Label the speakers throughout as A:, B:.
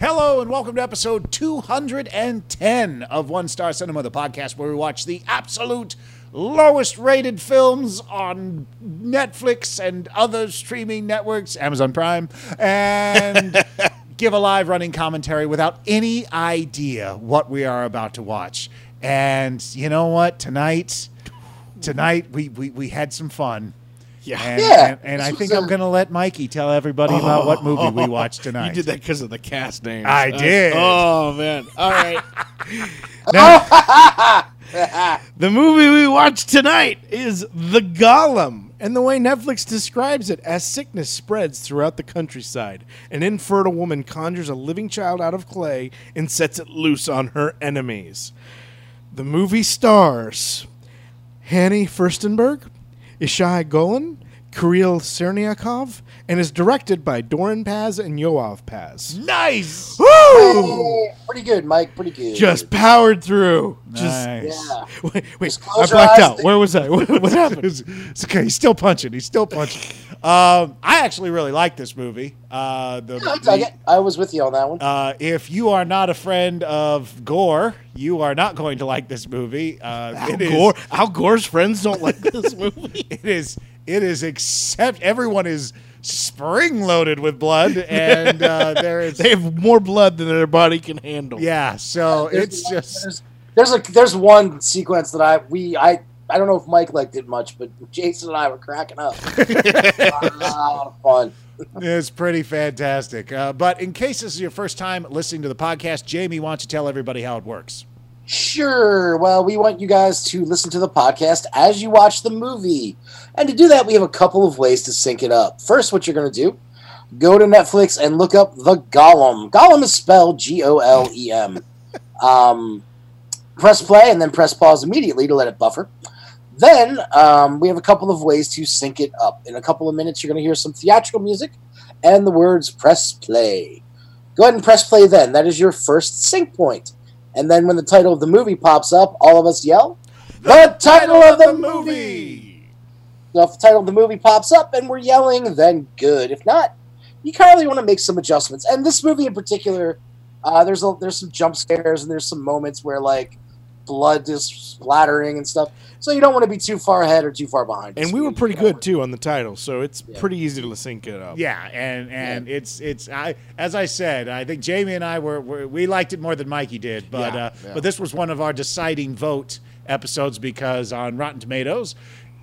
A: Hello and welcome to episode 210 of One Star Cinema, the podcast where we watch the absolute lowest rated films on Netflix and other streaming networks, Amazon Prime, and give a live running commentary without any idea what we are about to watch. And you know what? Tonight, tonight we, we, we had some fun.
B: Yeah.
A: And,
C: Yeah.
A: and, and I
C: This was
A: think i am
C: a-
A: going to let Mikey tell everybody about what movie we watched tonight.
B: You did that because of the cast name.
A: I did.
B: Oh man! All right.
A: Now-
B: the movie we watched tonight is The Golem, and the way Netflix describes it, as sickness spreads throughout the countryside, an infertile woman conjures a living child out of clay and sets it loose on her enemies. The movie stars Hanny Furstenberg, Ishai Golan, Kirill Serniakov, and is directed by Doran Paz and Yoav Paz.
A: nice.
B: Woo!
C: Hey, pretty good, Mike. Pretty good.
B: Just powered through. Just
A: Nice.
C: yeah.
B: wait, wait.
C: Just
B: I
C: close your
B: blacked
C: eyes,
B: out.
C: think-
B: Where was I? What, what happened?
A: It's, it's okay. He's still punching. He's still punching. um, I actually really like this movie. Uh, the,
C: I dug it. I was with you on that one.
A: uh, if you are not a friend of gore, you are not going to like this movie. Uh,
B: Al
A: it is-
B: Gore. Al Gore's friends don't like this movie.
A: it is. It is. Except everyone is spring loaded with blood, and uh, there is.
B: they have more blood than their body can handle.
A: yeah. So
C: There's-
A: it's just.
C: there's, there's a there's one sequence that I we I I don't know if Mike liked it much, but Jason and I were cracking up. a lot of fun.
A: It's pretty fantastic. Uh, but in case this is your first time listening to the podcast, Jamie, why don't you tell everybody how it works?
C: Sure. Well, we want you guys to listen to the podcast as you watch the movie. And to do that, we have a couple of ways to sync it up. First, what you're going to do, go to Netflix and look up The Golem. Golem is spelled G O L E M. Um, press play and then press pause immediately to let it buffer. Then um, we have a couple of ways to sync it up. In a couple of minutes, you're going to hear some theatrical music and the words press play. Go ahead and press play then. That is your first sync point. And then when the title of the movie pops up, all of us yell, The title of the movie! So if the title of the movie pops up and we're yelling, then good. If not, you probably want to make some adjustments. And this movie in particular, uh, there's a, there's some jump scares and there's some moments where like blood is splattering and stuff. So you don't want to be too far ahead or too far behind.
B: And
C: Just
B: we were
C: be-
B: pretty
C: you know,
B: good too on the title, so it's
C: Yeah.
B: pretty easy to sync it up.
A: Yeah, and and it's it's I as I said, I think Jamie and I were, were we liked it more than Mikey did, but
B: Yeah,
A: uh,
B: yeah.
A: but this was one of our deciding vote episodes because on Rotten Tomatoes,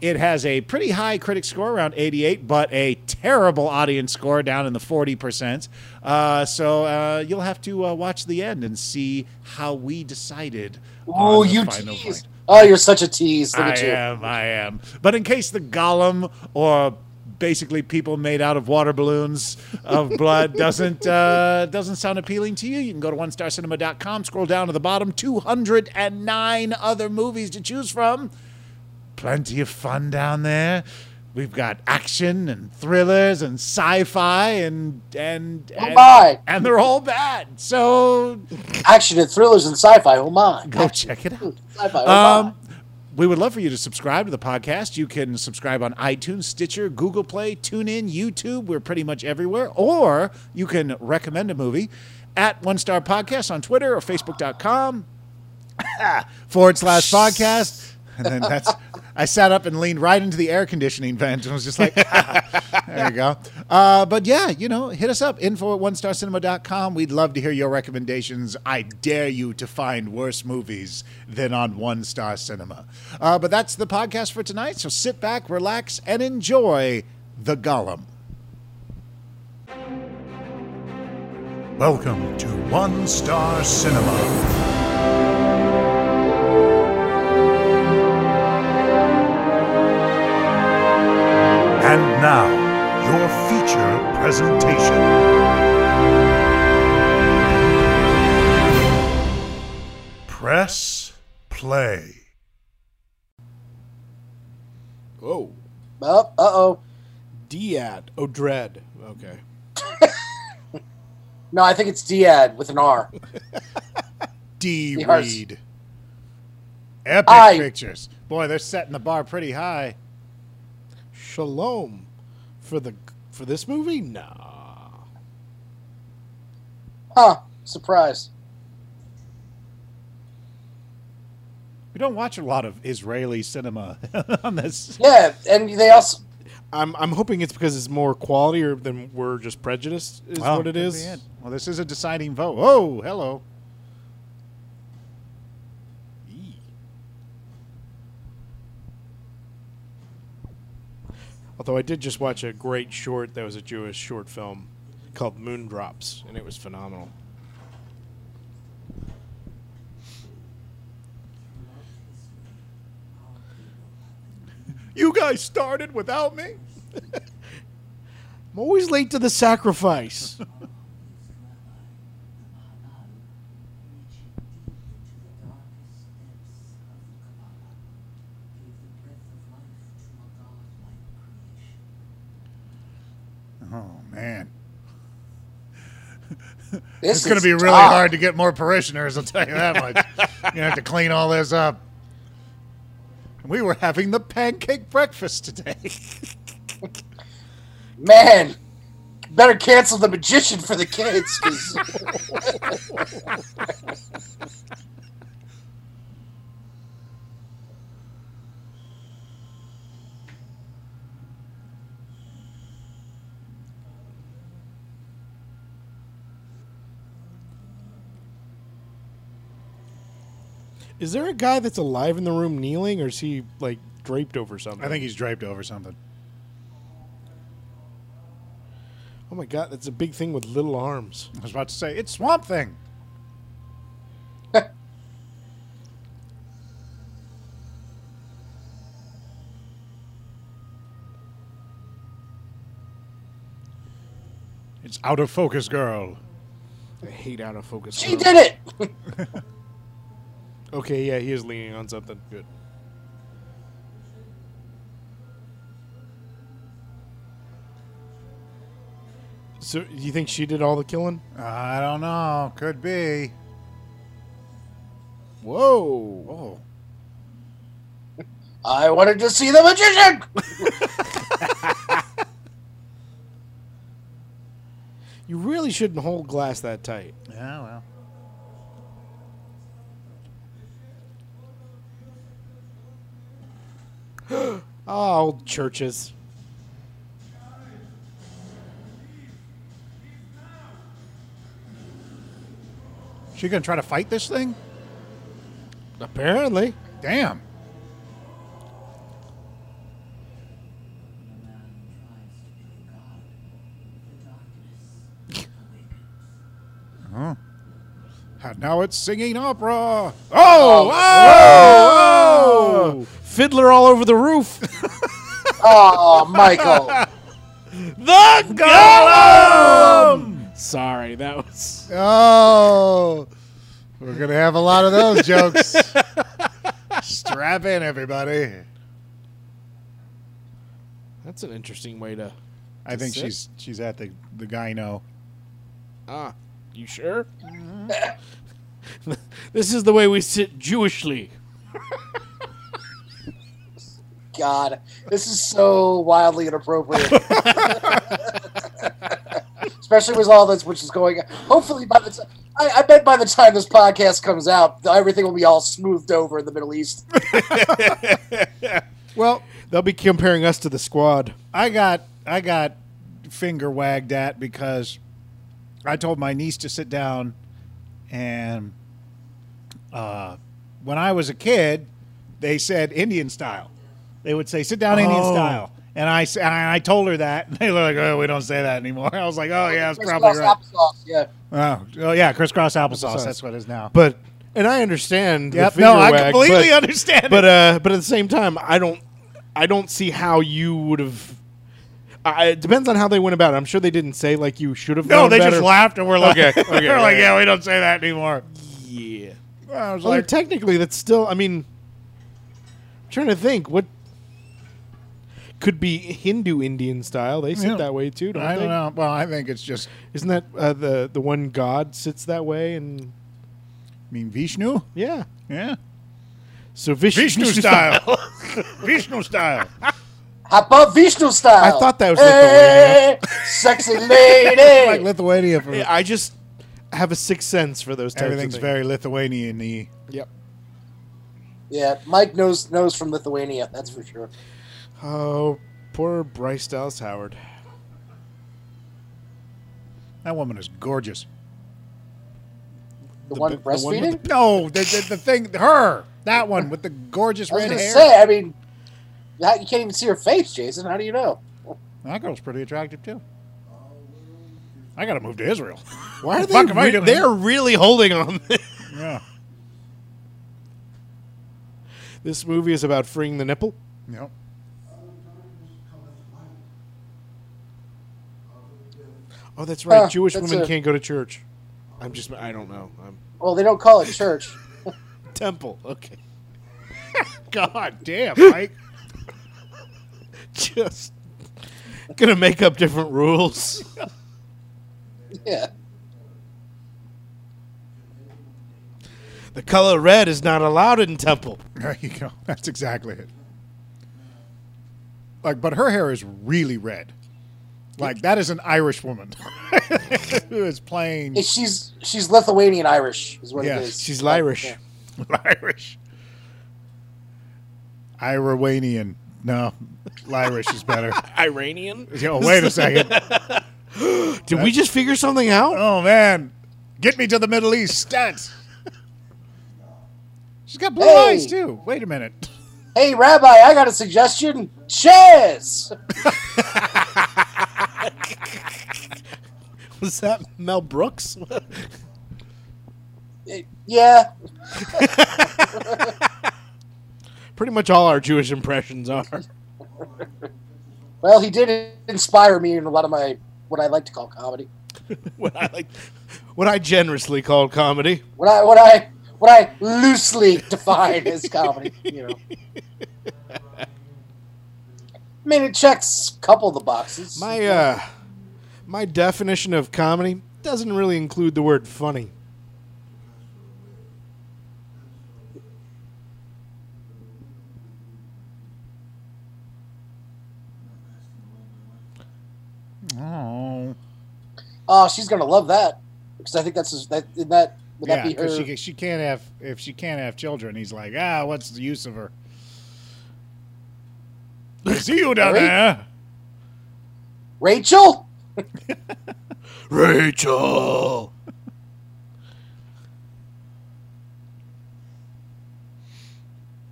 A: it has a pretty high critic score around 88, but a terrible audience score down in the 40 percent. Uh, so uh, you'll have to uh, watch the end and see how we decided.
C: Oh,
A: on the
C: you
A: final
C: tease!
A: vote.
C: Oh, you're such a tease. Look
A: I
C: at you.
A: am, I am. But in case the golem or basically people made out of water balloons of blood doesn't uh, doesn't sound appealing to you, you can go to onestarcinema.com, scroll down to the bottom, 209 other movies to choose from. Plenty of fun down there. We've got action and thrillers and sci-fi and and
C: Oh
A: and,
C: my.
A: and they're all bad. So
C: Action and thrillers and sci-fi. Oh my!
A: go check it out.
C: Sci-fi. Oh
A: Um, we would love for you to subscribe to the podcast. You can subscribe on iTunes, Stitcher, Google Play, TuneIn, YouTube. We're pretty much everywhere. Or you can recommend a movie at One Star Podcast on Twitter or Facebook.com forward slash podcast. And then that's, I sat up and leaned right into the air conditioning vent and was just like, there you go. Uh, but yeah, you know, hit us up, info at onestarcinema.com. We'd love to hear your recommendations. I dare you to find worse movies than on One Star Cinema. Uh, but that's the podcast for tonight. So sit back, relax, and enjoy The Gollum.
D: Welcome to One Star Cinema. And now, your feature presentation. Press play.
B: Oh,
C: uh oh.
B: Diad Odred. Okay.
C: No, I think it's Diad with an R.
A: D.
C: Yes.
A: Reed. Epic
C: Aye.
A: pictures. Boy, they're setting the bar pretty high.
B: Shalom for the for this movie? Nah.
C: Huh. Surprised.
A: We don't watch a lot of Israeli cinema on this.
C: Yeah, and they also
B: I'm I'm hoping it's because it's more quality or than we're just prejudiced is
A: Well,
B: what it
A: could
B: is.
A: be it. Well, this is a deciding vote. Oh, hello. Eee.
B: Although I did just watch a great short that was a Jewish short film called Moon Drops, and it was phenomenal.
A: You guys started without me?
B: I'm always late to the sacrifice.
A: Oh, man.
C: this
A: It's going to
C: is
A: be really
C: tough.
A: hard to get more parishioners, I'll tell you that much. You're going to have to clean all this up. We were having the pancake breakfast today.
C: Man, better cancel the magician for the kids. 'cause-
B: Is there a guy that's alive in the room kneeling, or is he like draped over something?
A: I think he's draped over something.
B: Oh my god, that's a big thing with little arms.
A: I was about to say, it's Swamp Thing. it's out of focus, girl.
B: I hate out of focus.
C: she did it.
B: Okay, yeah, he is leaning on something. Good. So you think she did all the killing?
A: I don't know. Could be. Whoa.
B: Oh.
A: Whoa.
C: I wanted to see the magician.
B: You really shouldn't hold glass that tight.
A: Yeah, well.
B: Oh, old churches.
A: She gonna try to fight this thing?
B: Apparently.
A: Damn. Huh. And now it's singing opera. Oh! oh,
B: Oh, fiddler all over the roof.
C: Oh, Michael.
B: the golem. Sorry, that was.
A: Um, Oh! We're going to have a lot of those jokes. Strap in, everybody.
B: That's an interesting way to.
A: I think
B: Sit.
A: she's she's at the, the gyno.
B: Ah, you sure? this is the way we sit Jewishly.
C: God, this is so wildly inappropriate. Especially with all this, which is going. on. Hopefully, by the time I, I bet by the time this podcast comes out, everything will be all smoothed over in the Middle East.
B: Well, they'll be comparing us to the squad.
A: I got I got finger wagged at because I told my niece to sit down, and uh, when I was a kid, they said Indian style. They would say sit down Indian
B: Oh.
A: style, and I s- and I told her that, and they were like, oh, we don't say that anymore. I was like, oh yeah, that's
C: Christmas
A: probably right.
C: applesauce, yeah.
A: Oh, oh yeah, crisscross applesauce.
B: Applesauce.
A: That's what it is now.
B: But and I understand.
A: Yep,
B: the finger
A: no, I
B: wag,
A: completely
B: but,
A: understand.
B: But
A: it.
B: uh, but at the same time, I don't, I don't see how you would have. I, it depends on how they went about it. I'm sure they didn't say like you should have.
A: no,
B: known
A: they
B: better.
A: just laughed, and we're like,
B: Okay, okay,
A: we're like,
B: yeah,
A: yeah, we don't say that anymore.
B: Yeah.
A: I was
B: Well,
A: like,
B: technically, that's still. I mean, I'm trying to think what could be Hindu Indian style. They sit
A: Yeah.
B: that way too, don't
A: I
B: they?
A: don't know. Well, I think it's just
B: Isn't that uh, the the one God sits that way and
A: I mean Vishnu?
B: yeah?
A: Yeah.
B: So Vish-
A: Vishnu style. Vishnu style.
C: How about Vishnu style?
B: I thought that was
C: hey, sexy lady.
A: Lithuania from
B: I just have a sixth sense for those types
A: Everything's
B: of things.
A: very Lithuanian y.
B: Yep.
C: Yeah, Mike knows knows from Lithuania. That's for sure.
B: Oh, poor Bryce Dallas Howard.
A: That woman is gorgeous.
C: The, one
B: b- the one with
C: breastfeeding.
B: the
A: No, the, the, the thing, her, that one with the gorgeous
C: I was
A: red
C: gonna
A: hair.
C: say. I mean, how, you can't even see her face, Jason. How do you know?
A: That girl's pretty attractive too. I gotta move to Israel.
B: Why are
A: The fuck
B: they?
A: am I
B: re-
A: doing?
B: they're really holding on.
A: Yeah.
B: this movie is about freeing the nipple.
A: Yep.
B: Oh, that's right.
C: Huh,
B: Jewish
C: that's
B: women
C: a-
B: can't go to church. I'm just. I don't know. I'm
C: Well, they don't call it church.
B: temple. Okay.
A: God damn, Mike.
B: Just gonna make up different rules.
C: yeah.
B: The color red is not allowed in temple.
A: There you go. That's exactly it. Like, but her hair is really red. Like that is an Irish woman who is playing
C: It's- she's she's Lithuanian Irish is what
A: Yeah,
C: it is.
B: she's Irish.
C: Yeah.
A: Irish. Iranian. No, Irish is better.
B: Iranian.
A: Yo, wait a second.
B: Did we just figure something out?
A: Oh man, get me to the Middle East, stat. She's got blue
C: Hey.
A: eyes too. Wait a minute.
C: Hey, Rabbi, I got a suggestion. Chess.
B: Was that Mel Brooks?
C: yeah.
B: Pretty much all our Jewish impressions are.
C: Well, he did inspire me in a lot of my what I like to call comedy.
B: what I like, what I generously called comedy.
C: What I what I what I loosely define as comedy. You know. I mean, it checks a couple of the boxes.
B: My uh, my definition of comedy doesn't really include the word funny.
A: Oh,
C: oh, she's gonna love that because I think that's his- that. Did that would
A: yeah.
C: that be her?
A: Because she she can't have if she can't have children. He's like, ah, what's the use of her? I see you down
C: Right?
A: there.
C: Rachel.
B: Rachel.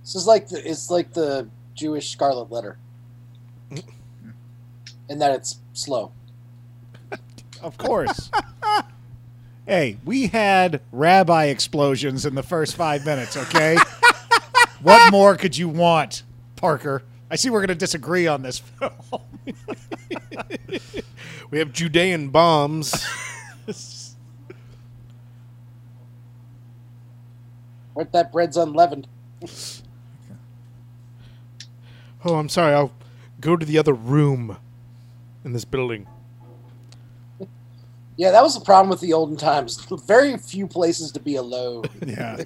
C: This is like the it's like the Jewish Scarlet Letter,
A: Mm-hmm.
C: in that it's slow.
A: Of course. hey, we had rabbi explosions in the first five minutes. Okay, what more could you want, Parker? I see we're going to disagree on this film.
B: We have Judean bombs.
C: What that bread's unleavened.
B: oh, I'm sorry. I'll go to the other room in this building.
C: Yeah, that was the problem with the olden times. Very few places to be alone.
A: yeah.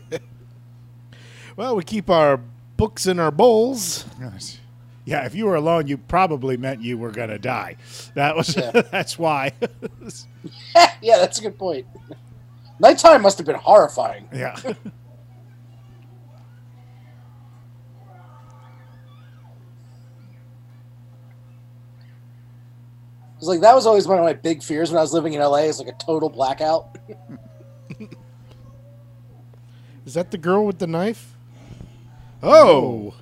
B: Well, we keep our books in our bowls.
A: Yes. Yeah, if you were alone, you probably meant you were gonna die. That was
C: Yeah.
A: that's why.
C: yeah, that's a good point. Nighttime must have been horrifying.
A: yeah.
C: It's like that was always one of my big fears when I was living in LA. Is like a total blackout.
B: Is that the girl with the knife? Oh,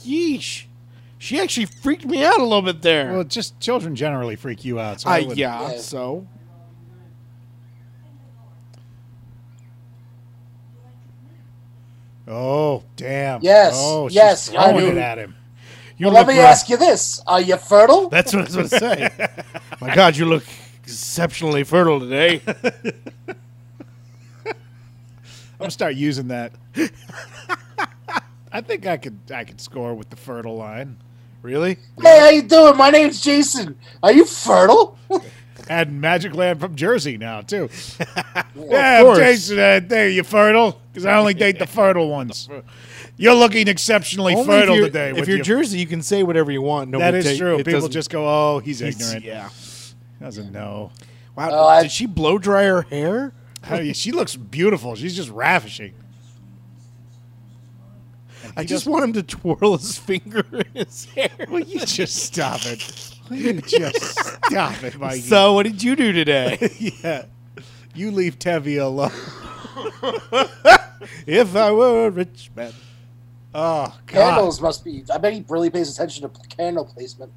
B: yeesh! She actually freaked me out a little bit there.
A: Well, just children generally freak you out. So
B: I,
A: I would-
B: yeah,
C: Yeah.
B: so
A: Oh, damn.
C: Yes,
A: Oh, she's
C: yes, I
A: throwing it
C: knew.
A: at him.
B: you
C: Well, let
B: look
C: me
B: rough.
C: ask you this: Are you fertile?
B: That's what I was going to say. My God, you look exceptionally fertile today.
A: I'm gonna start using that. I think I could I could score with the fertile line.
B: Really?
C: hey, how you doing? My name's Jason. Are you fertile?
A: And Magic Land from Jersey now too.
B: of
A: yeah,
B: course.
A: Jason, uh, there you fertile because I only date the fertile ones. You're looking exceptionally
B: Only
A: fertile
B: if you're,
A: today.
B: If
A: with
B: you're
A: your-
B: Jersey, you can say whatever you want.
A: that
B: Nobody
A: is
B: take-
A: true.
B: it
A: People
B: doesn't-
A: just go, "Oh, he's
B: He's-
A: ignorant."
B: Yeah.
A: Doesn't know.
B: Wow,
C: Oh, I-
B: did she blow dry her hair?
A: Oh, yeah, she looks beautiful. She's just ravishing. And
B: I
A: he
B: just
A: doesn't-
B: want him to twirl his finger in his hair.
A: Will you just stop it? Will you just stop it, Mikey?
B: So, what did you do today?
A: yeah, you leave Tevi alone.
B: if I were a rich man.
A: Oh God!
C: Candles must be. I bet he really pays attention to candle placement.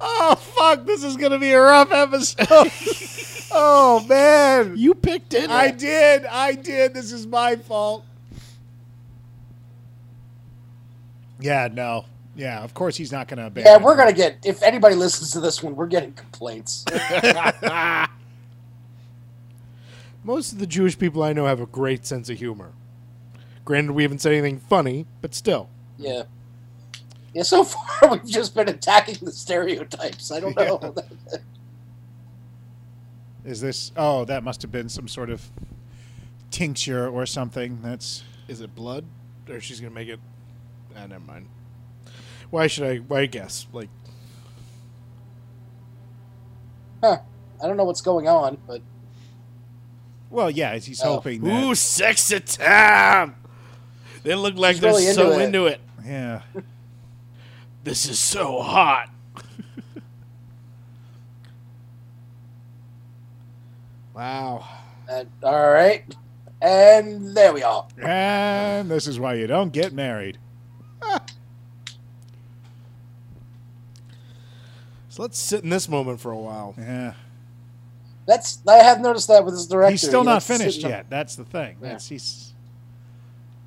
A: Oh fuck! This is gonna be a rough episode. oh man!
B: You picked it.
A: I did. I did. This is my fault. Yeah. No. Yeah. Of course he's not gonna.
C: Yeah, we're gonna get. If anybody listens to this one, we're getting complaints.
B: Most of the Jewish people I know have a great sense of humor. Granted, we haven't said anything funny, but still.
C: yeah. Yeah. So far, we've just been attacking the stereotypes. I don't know.
A: Is this? Oh, that must have been some sort of tincture or something. That's
B: Is it blood? Or she's going to make it. Ah, never mind. Why should I? Why guess? Like,
C: Huh. I don't know what's going on, but
A: well, yeah. He's
C: Oh.
A: hoping that.
B: sexy time! They look like
C: She's really into it.
B: it.
A: Yeah.
B: This is so hot. wow.
C: uh, all right. And there we are.
A: And this is why you don't get married.
B: So let's sit in this moment for a while.
A: Yeah.
C: That's. I have noticed that with this director.
A: He's still
C: He
A: not
C: likes to sit
A: finished
C: in the-
A: yet. That's the thing. That's he's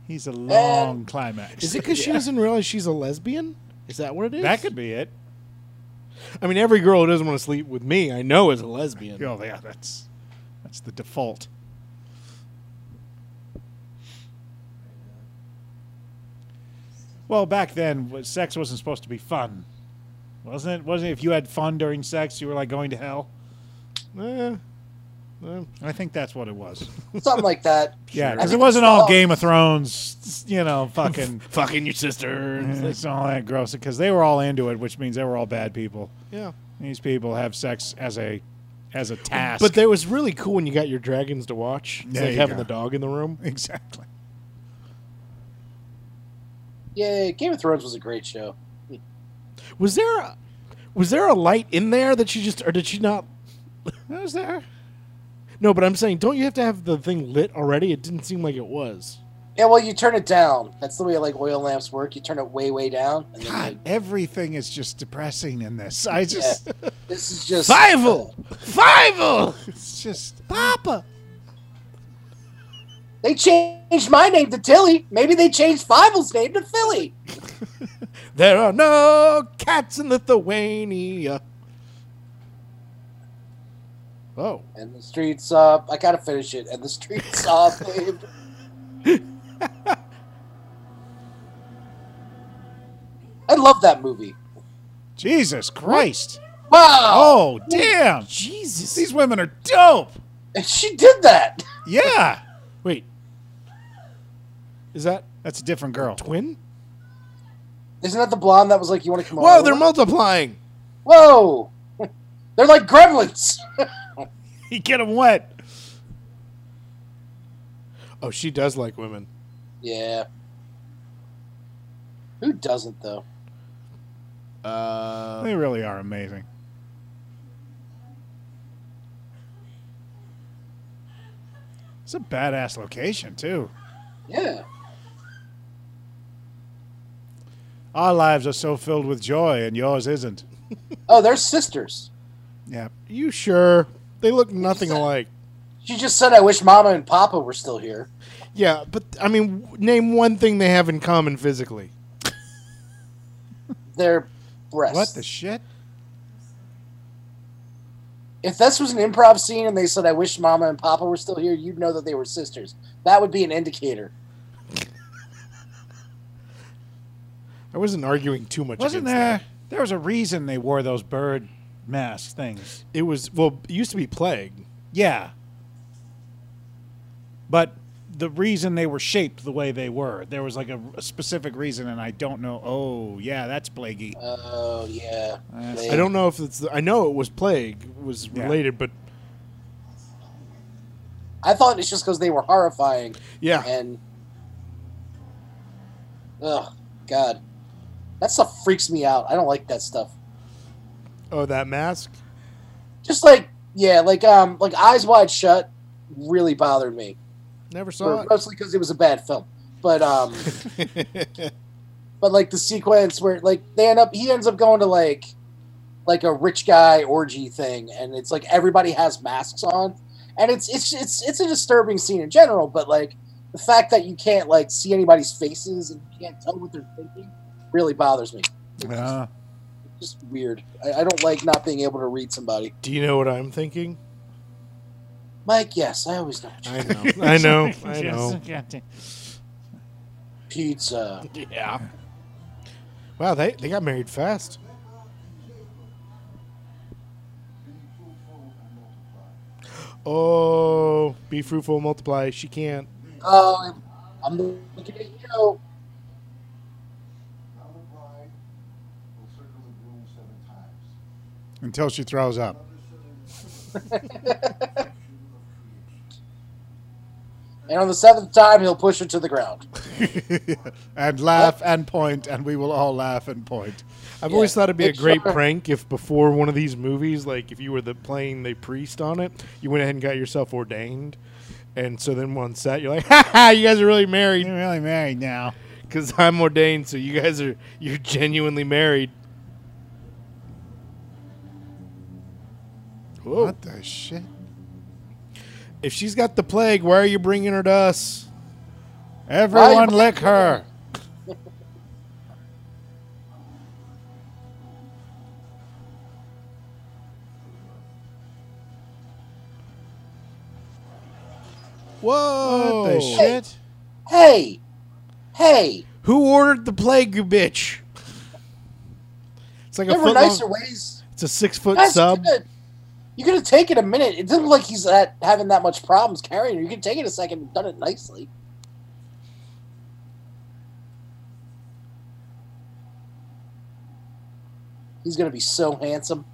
A: he's a long
C: And-
A: climax.
B: Is it because she doesn't realize she's a lesbian? Is that what it is?
A: that could be it.
B: I mean, every girl who doesn't want to sleep with me, I know is a lesbian.
A: Oh yeah, that's that's the default. Well, back then, wa- sex wasn't supposed to be fun, wasn't it? Wasn't it if you had fun during sex, you were like going to hell?
B: Eh, eh.
A: I think that's what it was.
C: Something like that.
A: Yeah, because
C: I
A: it
C: think
A: wasn't
C: it's
A: all
C: all-
A: Game of Thrones, you know, fucking.
B: Fucking your sister.
A: it's all that gross because they were all into it, which means they were all bad people.
B: Yeah.
A: These people have sex as a as a task.
B: But that was really cool when you got your dragons to watch. It's
A: There
B: like
A: you
B: having
A: go.
B: the dog in the room.
A: exactly.
C: Yeah, Game of Thrones was a great show.
B: Was there a, was there a light in there that she just or did she not
A: That was there.
B: No, but I'm saying don't you have to have the thing lit already? It didn't seem like it was.
C: Yeah, well, you turn it down. That's the way like oil lamps work. You turn it way, way down. And then
A: God, everything is just depressing in this. I just,
C: you- this is just
B: Fivel! Fivel!
A: it's just.
B: Papa!
C: They changed my name to Tilly. Maybe they changed Fivel's name to Philly.
B: There are no cats in Lithuania. Oh.
C: And the streets up. I gotta finish it. And the streets up. paved. I love that movie.
A: Jesus Christ.
C: Wow!
A: Oh, damn.
B: Jesus.
A: These women are dope.
C: She did that.
A: Yeah.
B: Wait. Is that
A: That's a different girl.
B: twin?
C: Isn't that the blonde that was like, "You want to come
B: Whoa,
C: over?"
B: they're multiplying.
C: Whoa! they're like gremlins.
A: You get them wet.
B: Oh, she does like women.
C: yeah. Who doesn't though?
B: Uh,
A: They really are amazing. It's a badass location, too.
C: Yeah.
A: Our lives are so filled with joy, and yours isn't.
C: Oh, they're sisters.
A: Yeah.
B: you sure? They look nothing alike.
C: She just said, "I wish Mama and Papa were still here."
B: Yeah, but I mean, w- name one thing they have in common physically.
C: Their breasts.
A: What the shit?
C: if this was an improv scene and they said, "I wish Mama and Papa were still here," you'd know that they were sisters. That would be an indicator.
B: I wasn't arguing too much.
A: Wasn't
B: against
A: there? There was a reason they wore those bird mask things.
B: That. It was well. It used to be plague.
A: Yeah. But the reason they were shaped the way they were. There was like a, a specific reason, and I don't know. Oh, yeah, that's Blaggy.
C: Oh yeah.
B: I don't know if it's. The, I know it was plague was
A: Yeah.
B: related, but
C: I thought it's just because they were horrifying
B: yeah,
C: and. Oh God, that stuff freaks me out. I don't like that stuff.
B: oh that mask.
C: Just like yeah, like um, like Eyes Wide Shut really bothered me,
B: Never saw
C: for, mostly because it was a bad film. But um,
B: it.
C: but like the sequence where like they end up, he ends up going to like, like a rich guy orgy thing, and it's like everybody has masks on, and it's it's it's it's a disturbing scene in general. But like the fact that you can't like see anybody's faces and you can't tell what they're thinking really bothers me.
A: Uh,
C: just weird. I, I don't like not being able to read somebody.
B: Do you know what I'm thinking?
C: Mike, yes, I always know. what you-
B: I know. I know. I know.
C: Pizza.
B: Yeah. Wow, they, they got married fast. Oh, be fruitful, multiply. She can't.
C: Oh, I'm looking at you.
A: Until she throws up.
C: And on the seventh time, he'll push her to the ground.
A: and laugh and point, and we will all laugh and point.
B: I've
C: Yeah.
B: always thought it'd be a
C: It's
B: great
C: sure.
B: prank if before one of these movies, like if you were the playing the priest on it, you went ahead and got yourself ordained. And so then on set, you're like, ha ha, you guys are really married
A: You're really married now.
B: because I'm ordained. So you guys are, you're genuinely married. Whoa.
A: What the shit?
B: If she's got the plague, why are you bringing her to us?
A: Everyone
C: Why-
A: lick her.
B: Whoa!
A: What the shit?
C: Hey, hey,
B: Who ordered the plague, you bitch? It's like a
C: there were
B: foot
C: nicer
B: long-
C: ways.
B: It's a six foot
C: Guys,
B: sub.
C: You could have, you could have taken a minute. It doesn't look like he's that, having that much problems carrying her. You could take it a second and done it nicely. He's gonna be so handsome.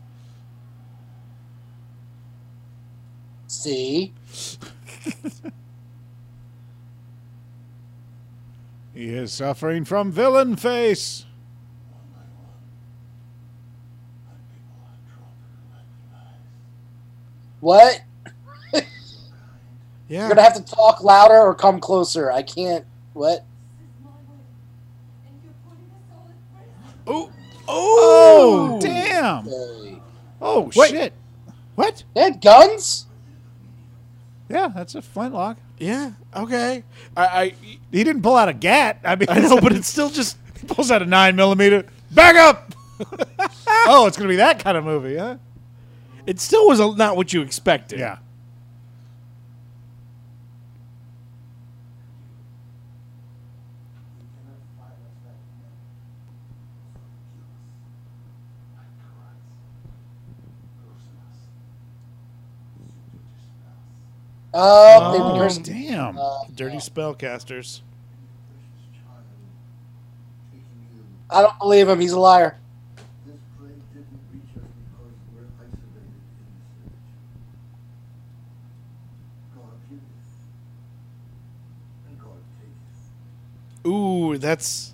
C: See,
A: He is suffering from villain face.
C: what?
B: Yeah.
C: You're gonna have to talk louder or come closer. I can't. What?
B: oh.
A: Oh,
B: Oh.
A: damn.
C: Hey.
A: Oh,
B: Wait.
A: shit.
B: What?
C: They had guns.
A: Yeah, that's a flintlock.
B: Yeah. Okay. I. I
A: He didn't pull out a gat. I mean,
B: I know, but it's still just.
A: he pulls out a nine millimeter. Back up. oh, it's gonna be that kind of movie, huh?
B: It still was a, not what you expected.
A: Yeah.
C: Oh, they
B: Oh.
C: rehearsed-
A: Damn.
C: uh,
B: Dirty spellcasters.
C: uh, I don't believe him. He's a liar.
E: This plague didn't reach us because we're isolated in this village. God giveth, and God taketh.
B: Ooh, that's.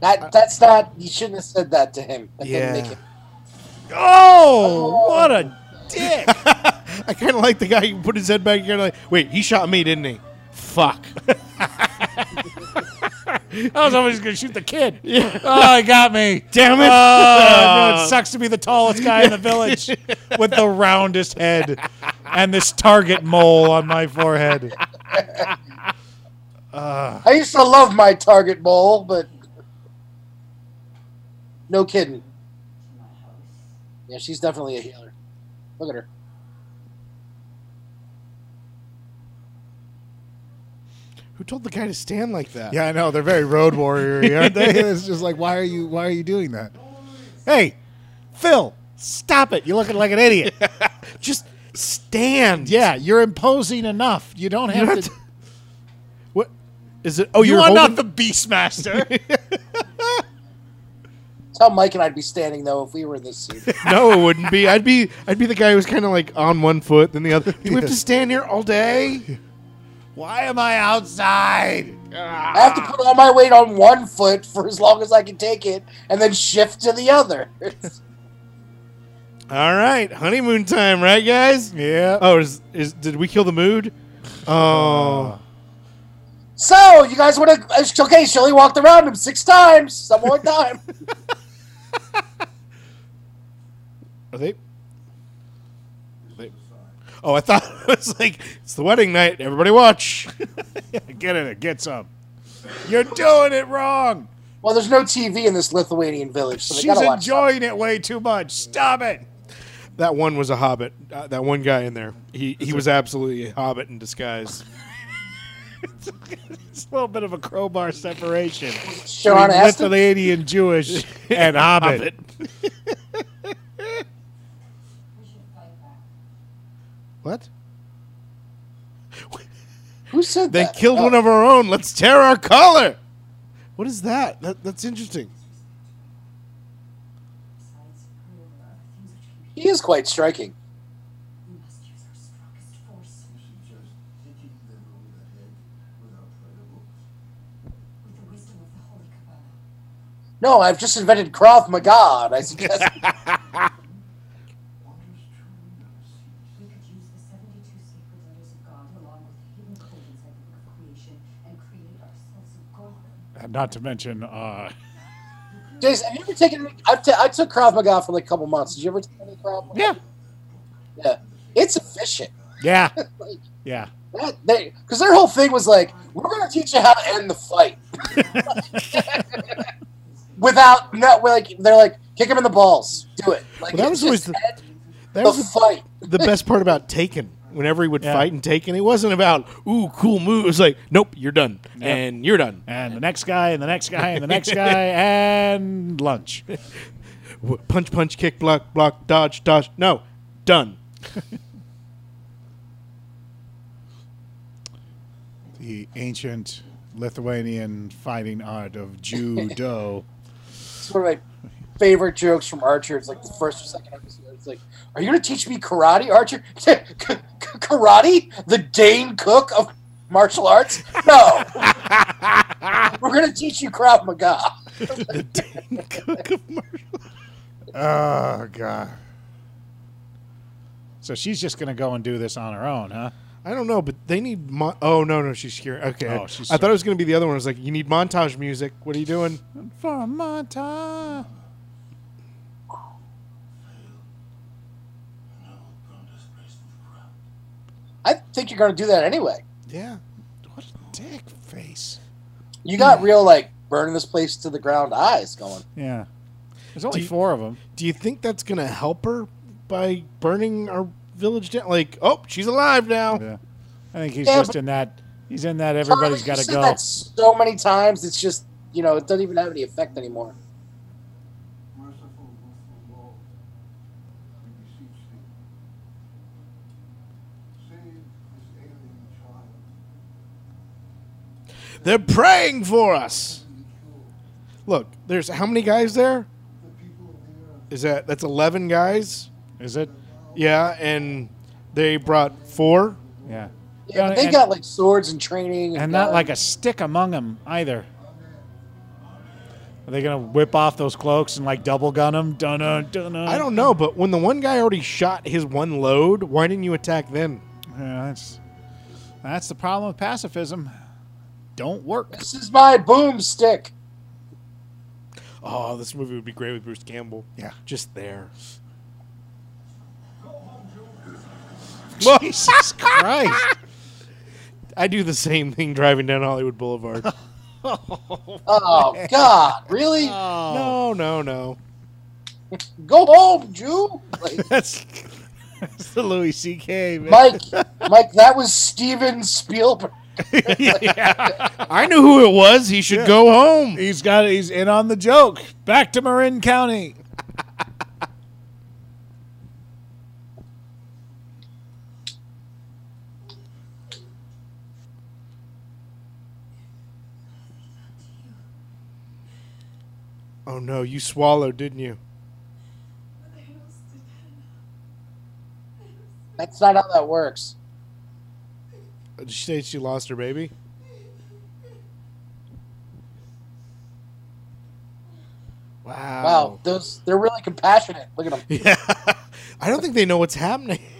C: That that's not. You shouldn't have said that to him. That
B: Uh, Yeah.
C: didn't make it.
A: Oh, what a dick.
B: I kind of like the guy who put his head back here. Like, wait, he shot me, didn't he? Fuck.
A: I was always gonna shoot the kid. Oh, he got me.
B: Damn it.
A: Oh, everyone sucks to be the tallest guy in the village with the roundest head and this target mole on my forehead.
C: I used to love my target bowl, but no kidding. Yeah, she's definitely a healer. Look at her.
B: Who told the guy to stand like that?
A: Yeah, I know they're very road warrior, aren't they? It's just like, why are you, why are you doing that? Hey, Phil, stop it! You're looking like an idiot.
B: Just stand.
A: yeah, you're imposing enough. You don't have
B: You're not-
A: to.
B: Is it? Oh,
A: You
B: you're
A: are not
B: holding-
A: the Beastmaster.
C: That's how Mike and I'd be standing though if we were in this suit.
B: no, it wouldn't be. I'd be I'd be the guy who's kind of like on one foot, then the other. Do we have to stand here all day?
A: Why am I outside?
C: I have to
B: Ah.
C: put all my weight on one foot for as long as I can take it, and then shift to the other.
B: All right, honeymoon time, right, guys?
A: Yeah.
B: Oh, is, is did we kill the mood?
A: Uh,
B: Oh,
C: so you guys want to? Okay, Shelly walked around him six times. Some more time.
B: are they? they- Oh, I thought it was like it's the wedding night. Everybody watch.
A: Get in it. Get some. You're doing it wrong.
C: well, there's no TV in this Lithuanian village, so they
A: She's
C: gotta watch.
A: enjoying it way too much. Stop it.
B: that one was a hobbit. Uh, that one guy in there, he he was absolutely a hobbit in disguise.
A: It's a little bit of a crowbar separation.
C: something. Sharon Aston.
A: Lithuanian Jewish and Hobbit.
B: What?
C: Who said
B: They
C: that?
B: killed
C: Oh,
B: one of our own. Let's tear our collar. What is that? that that's interesting.
F: uh,
C: He is quite striking.
E: just hitting them over the head with our prayer books.
C: No, I've just invented Krav Maga. and I suggest
F: We could use the 72 sacred letters of God along with the hidden code inside the book of creation and create ourselves a golem.
A: Not to mention, uh,
C: Jason, have you ever taken? I've ta- I took Krav Maga for like a couple months. Did you ever take any Krav Maga?
A: yeah,
C: Yeah. It's efficient.
A: yeah,
C: Like,
A: yeah.
C: that, they, because their whole thing was like, we're gonna teach you how to end the fight. Without no, we're like they're like, kick him in the balls. Do it. Like
B: Well, that
C: it's
B: was always
C: just
B: the-
C: end
B: That
C: the
B: was the,
C: fight.
B: the best part about Taken. Whenever he would
A: Yeah.
B: fight and Taken, it wasn't about ooh cool move. It was like nope, you're done and you're done.
A: And the next guy, and the next guy, and the next guy, and lunch.
B: W- Punch, punch, kick, block, block, dodge, dodge. No, done.
A: The ancient Lithuanian fighting art of judo.
C: It's one of my favorite jokes from Archer. It's like the first or second episode. It's like, are you gonna teach me karate, Archer? K- k- karate? The Dane Cook of martial arts? No. we're gonna teach you Krav Maga.
B: The Dane Cook of martial-
A: oh god. So she's just gonna go and do this on her own, huh?
B: I don't know, but they need. Mon- oh no, no, she's here. Okay,
A: Oh, she's
B: I thought it was going to be the other one. I was like, you need montage music. What are you doing?
A: For a montage.
C: I think you're gonna do that anyway.
B: Yeah,
A: What a dick face.
C: You got
A: Hmm.
C: real like burning this place to the ground eyes going.
A: Yeah. There's only
B: Do you-
A: four of them.
B: Do you think that's going to help her by burning our village down? Like, oh, she's alive now.
A: Yeah. I think he's
C: Yeah,
A: just
C: but-
A: in that. He's in that. Everybody's
C: Charlie,
A: got to
C: you said
A: go.
C: That so many times, it's just you know it doesn't even have any effect anymore.
E: Merciful, merciful Lord, we beseech thee. Save this alien child.
B: They're praying for us. Look, there's how many guys there?
E: The people of the earth
B: Is that that's 11 guys?
A: Is it?
B: Yeah, and they brought four.
A: Yeah.
C: Yeah,
A: and,
C: but they got like uh, swords and training,
A: and not
C: guns.
A: like a stick among them either. Are they gonna whip off those cloaks and like double gun them? Dun dun dun.
B: I don't know, but when the one guy already shot his one load, why didn't you attack then?
A: Yeah, that's that's the problem with pacifism. Don't work.
C: This is my boomstick.
B: Oh, this movie would be great with Bruce Campbell.
A: Yeah.
B: Just there.
A: Jesus Christ!
B: I do the same thing driving down Hollywood Boulevard.
C: Oh God, really?
A: Oh.
B: no, no, no.
C: Go home, Jew. Like,
A: That's, that's the Louis C.K. man.
C: Mike, Mike, that was Steven Spielberg.
B: I knew who it was. He should go home.
A: He's got. He's in on the joke. Back to Marin County.
B: Oh no, you swallowed, didn't you?
C: That's not how that works.
B: Uh, Did she say she lost her baby? Wow.
C: Wow, those they're really compassionate. Look at them.
B: Yeah. I don't think they know what's happening.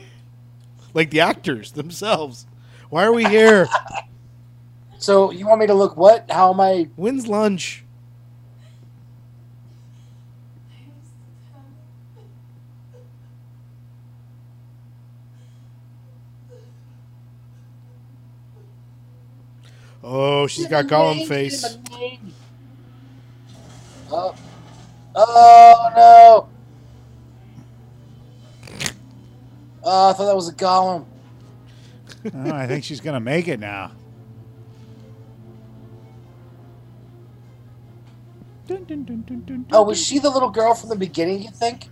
B: Like the actors themselves. Why are we here?
C: So you want me to look what? How am I?
B: When's lunch? Oh, she's got Gollum face.
C: Oh, oh no! Oh, I thought that was a golem.
A: Oh, I think she's gonna make it now. Dun, dun, dun, dun, dun,
C: Oh, was she the little girl from the beginning? You think?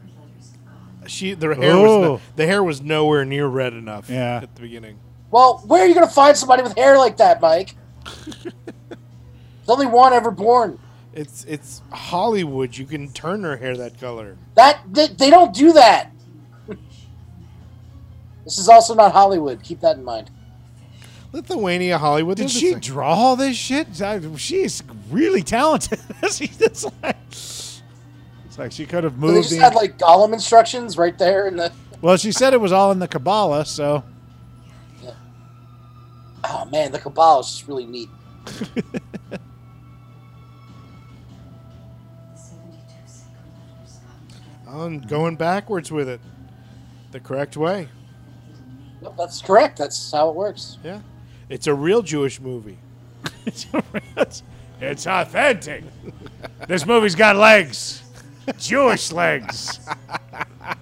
B: She the hair was
A: Oh.
B: no, the hair was nowhere near red enough
A: Yeah.
B: at the beginning.
C: Well, where are you gonna find somebody with hair like that, Mike? There's only one ever born.
B: It's it's Hollywood. You can turn her hair that color.
C: That they, they don't do that. This is also not Hollywood. Keep that in mind.
B: Lithuania, Hollywood.
A: Did
B: they're the
A: she
B: same.
A: draw all this shit? I- She's really talented. She's just like, it's like she could have
C: So they
A: moved.
C: just
A: the-
C: had like golem instructions right there in the.
A: well, she said it was all in the Kabbalah, so
C: Oh man, the Kabbalah is just really neat.
F: The 72 sacred letters come together
B: I'm going backwards with it, the correct way.
C: Yep, that's correct. That's how it works.
B: Yeah, it's a real Jewish movie.
A: it's, it's authentic. This movie's got legs, Jewish legs.
F: or forest.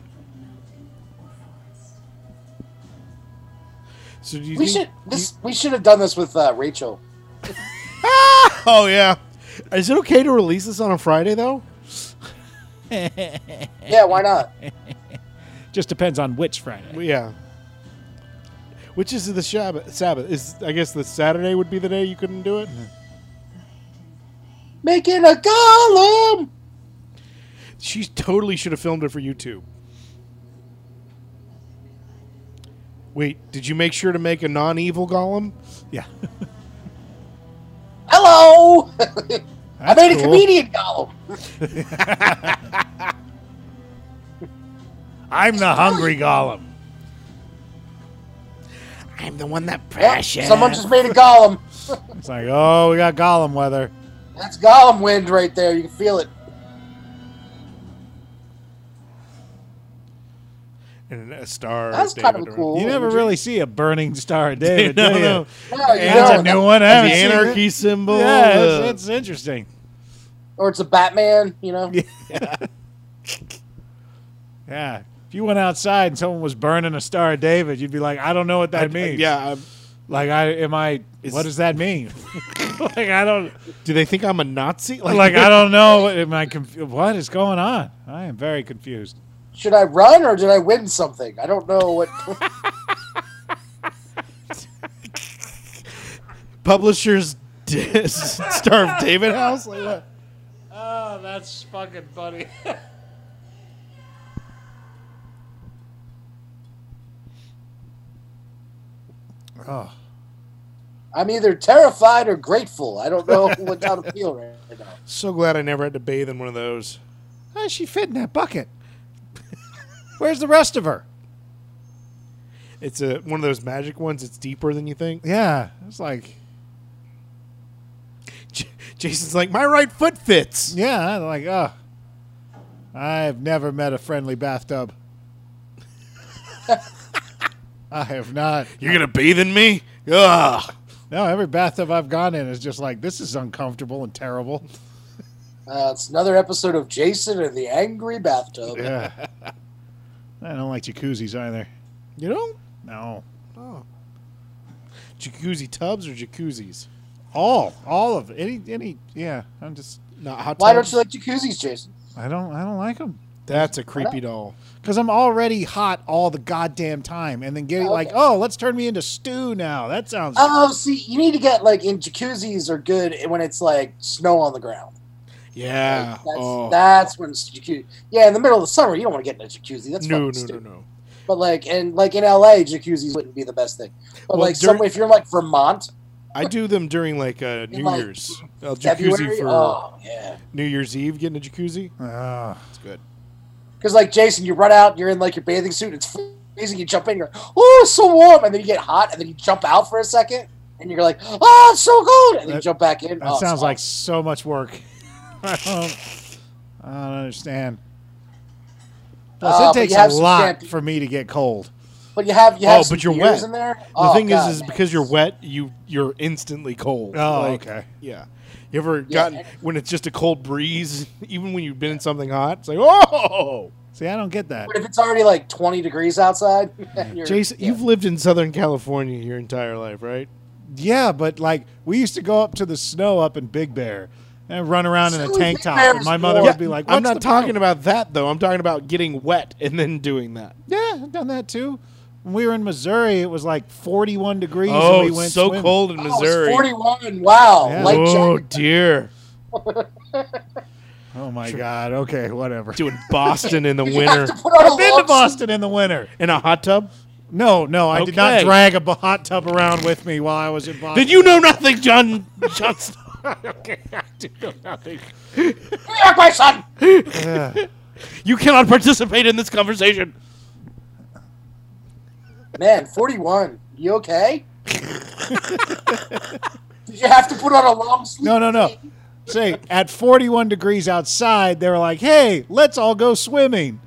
B: So do you
C: We should
B: think?
C: this. We should have done this with uh, Rachel.
B: Oh yeah. Is it okay to release this on a Friday though?
C: Yeah, why not?
A: Just depends on which Friday.
B: Well, yeah. Which is the Shabbat, Sabbath? Is I guess the Saturday would be the day you couldn't do it.
C: Making a golem.
B: She totally should have filmed it for YouTube. Wait, did you make sure to make a non-evil golem?
A: Yeah,
C: Hello. I
A: That's
C: made a
B: cool.
C: comedian golem.
A: I'm the hungry golem.
B: I'm the one that
A: Ah,
C: Yep, Someone just made a golem.
A: It's like, oh, we got golem weather.
C: That's golem wind right there. You can feel it.
B: and a star.
C: That's
B: David
C: kind of
B: or-
C: cool.
A: You never
C: Would you-
A: really see a burning star, David.
B: No,
A: do you?
B: no.
C: No, you
A: That's a
C: don't.
A: new one. eh? I
B: The
A: haven't seen it.
B: anarchy symbol.
A: Yeah,
B: uh,
A: that's, that's interesting.
C: Or it's a Batman. You know.
A: Yeah. If you went outside and someone was burning a Star of David, you'd be like, I don't know what that
B: I-
A: means.
B: Yeah. um, I'm-
A: Like, I am I. what does that mean? like, I don't.
B: do they think I'm a Nazi?
A: Like, I don't know. Am I conf- What is going on? I am very confused.
C: Should I run or did I win something? I don't know what.
B: publishers d- Star of David House. Like what?
A: Oh, that's fucking funny. oh,
C: I'm either terrified or grateful. I don't know what how to feel right now.
B: So glad I never had to bathe in one of those.
A: how's she fit in that bucket? Where's the rest of her?
B: It's a one of those magic ones. It's deeper than you think.
A: Yeah, it's like
B: J- Jason's like, my right foot fits.
A: Yeah, like, oh, I've never met a friendly bathtub. I have not.
B: You're gonna bathe in me? Ugh.
A: No, every bathtub I've gone in is just like, this is uncomfortable and terrible.
C: Uh, it's another episode of Jason and the Angry Bathtub.
A: Yeah. I don't like jacuzzis either.
B: You know?
A: No.
B: Oh. Jacuzzi tubs or jacuzzis?
A: All, all of any, any, yeah. I'm just,
B: Not hot
C: Why don't
B: tubs?
C: you like jacuzzis, Jason?
A: I don't, I don't like them
B: That's a creepy doll.
A: because I'm already hot all the goddamn time, and then getting like,
C: Okay. Uh,
A: oh, let's turn me into stew now. That sounds.
C: Oh, see, you need to get like in jacuzzis are good when it's like snow on the ground.
B: Yeah.
C: That's,
B: oh.
C: that's when it's jacuzzi. Yeah, in the middle of the summer, you don't want to get in a jacuzzi. That's
B: no,
C: fucking
B: no, no,
C: stupid.
B: no.
C: But like, and like in LA, jacuzzis wouldn't be the best thing.
B: Well,
C: But like,
B: during-
C: somewhere if you're in like Vermont,
B: I do them during like uh, New
C: like,
B: Year's. A jacuzzi
C: February,
B: for
C: oh yeah.
B: New Year's Eve, getting a jacuzzi.
A: Ah.
B: That's good.
C: Because like Jason, you run out, you're in like your bathing suit, it's freezing. You jump in, you're like, oh, it's so warm, and then you get hot, and then you jump out for a second, and you're like, oh, it's so cold, and then you
A: That-
C: jump back in.
A: That
C: oh, it's
A: sounds like
C: awesome.
A: so much work. I, don't, I don't understand. Plus,
C: Uh,
A: it
C: but
A: takes
C: you have
A: a
C: some
A: lot
C: champi-
A: for me to get cold.
C: But you have you
B: Oh,
C: have some
B: but you're
C: beers
B: wet.
C: in there. Oh,
B: The thing is, is because you're wet, you you're instantly cold.
A: Oh,
B: Like,
A: okay.
B: Yeah. You ever
C: Yeah.
B: gotten when it's just a cold breeze, even when you've been in something hot? It's like, oh,
A: See, I don't get that.
C: But if it's already like 20 degrees outside, you're,
B: Jason,
C: yeah.
B: you've lived in Southern California your entire life, right?
A: Yeah, but like we used to go up to the snow up in Big Bear and run around in a
C: Snowy
A: tank
C: Big
A: top.
C: Bear
A: And
C: is
A: my mother
C: warm.
A: would be like, What's
B: I'm not
A: the
B: talking
A: problem?"
B: about that though. I'm talking about getting wet and then doing that.
A: Yeah, I've done that too. When we were in Missouri, it was like 41 degrees.
B: Oh,
A: and we
B: it's
A: went
B: so
A: swimming.
B: cold in
C: Oh, it's
B: Missouri.
C: 41. Wow.
A: Yeah.
C: Light
B: oh
C: jacket.
B: dear,
A: Oh my God. Okay, whatever.
B: doing Boston in the
C: Did you have
B: winter
C: to put on a
A: I've been to
C: long sleeve?
A: Boston in the winter.
B: in a hot tub.
A: No, no, I did not
B: Okay.
A: drag a b- hot tub around with me while I was in Boston.
B: Did you know nothing, John Johnston?
C: Come here, my son.
B: You cannot participate in this conversation.
C: Man, 41. You okay? Did you have to put on a long sleeve?
A: No, no, no. Say, at 41 degrees outside, they were like, hey, let's all go swimming.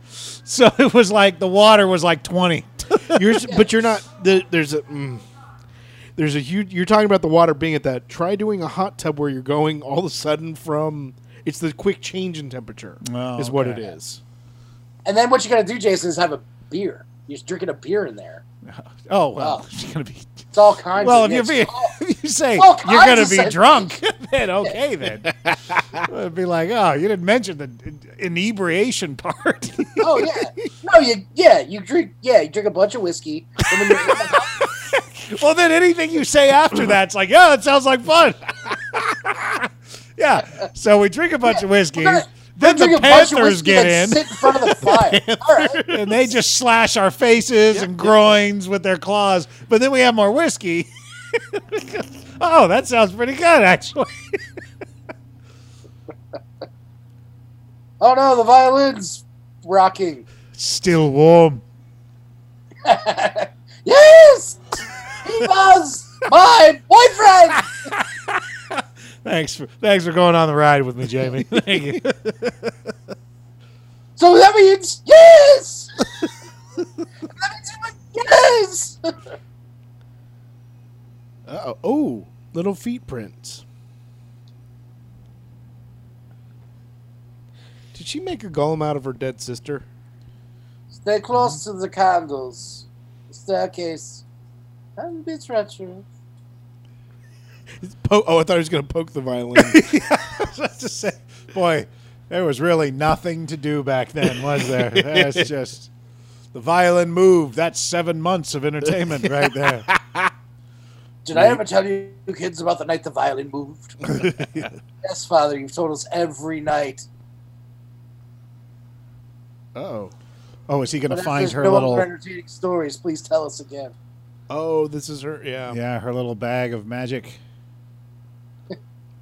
A: So it was like the water was like 20.
B: You're, s- but you're not. The, there's a. Mm, there's a huge. You're talking about the water being at that. Try doing a hot tub where you're going all of a sudden from. It's the quick change in temperature.
A: Oh,
B: is what it
A: okay.
B: is.
C: And then what you gotta do, Jason, is have a beer. You're just drinking a beer in there.
A: Oh, well,
C: Wow.
A: it's going to be.
C: It's all kinds.
A: Well,
C: of,
A: if
C: yeah,
A: you,
C: it's
A: be,
C: all-
A: if you say
C: all
A: you're going
C: kinds
A: to
C: of
A: be
C: sense-
A: drunk, then okay, then. It'd be like, oh, you didn't mention the inebriation part.
C: oh yeah. No, you yeah you drink yeah you drink a bunch of whiskey. And then you're-
A: Well, then anything you say after that's like, yeah, it sounds like fun. yeah. So we drink a bunch of whiskey.
C: we're gonna-
A: then
C: drink
A: the
C: a bunch of
A: Panthers
C: whiskey
A: get
C: and
A: in,
C: Sit in front of the fire. all right.
A: and they just slash our faces and groins with their claws. But then we have more whiskey. oh, that sounds pretty good, actually.
C: Oh no, the violin's rocking.
A: Still warm.
C: Yes, he was my boyfriend.
A: Thanks for thanks for going on the ride with me, Jamie. Thank you.
C: So that means yes. that means he went, yes.
B: Uh oh. Little feet prints. Did she make a golem out of her dead sister?
C: Stay close to the candles, the staircase, and be treacherous.
B: It's Po- oh, I thought he was going to poke the violin.
A: I was about to say, boy, there was really nothing to do back then, was there? That's just the violin move. That's seven months of entertainment right there.
C: Did I ever tell you kids about the night the violin moved? yes, Father, you've told us every night.
B: oh.
A: Oh, is he going
C: But
A: to
C: if
A: find
C: there's
A: her
C: no
A: little?
C: other entertaining stories, please tell us again.
B: Oh, this is her. Yeah.
A: Yeah, her little bag of magic.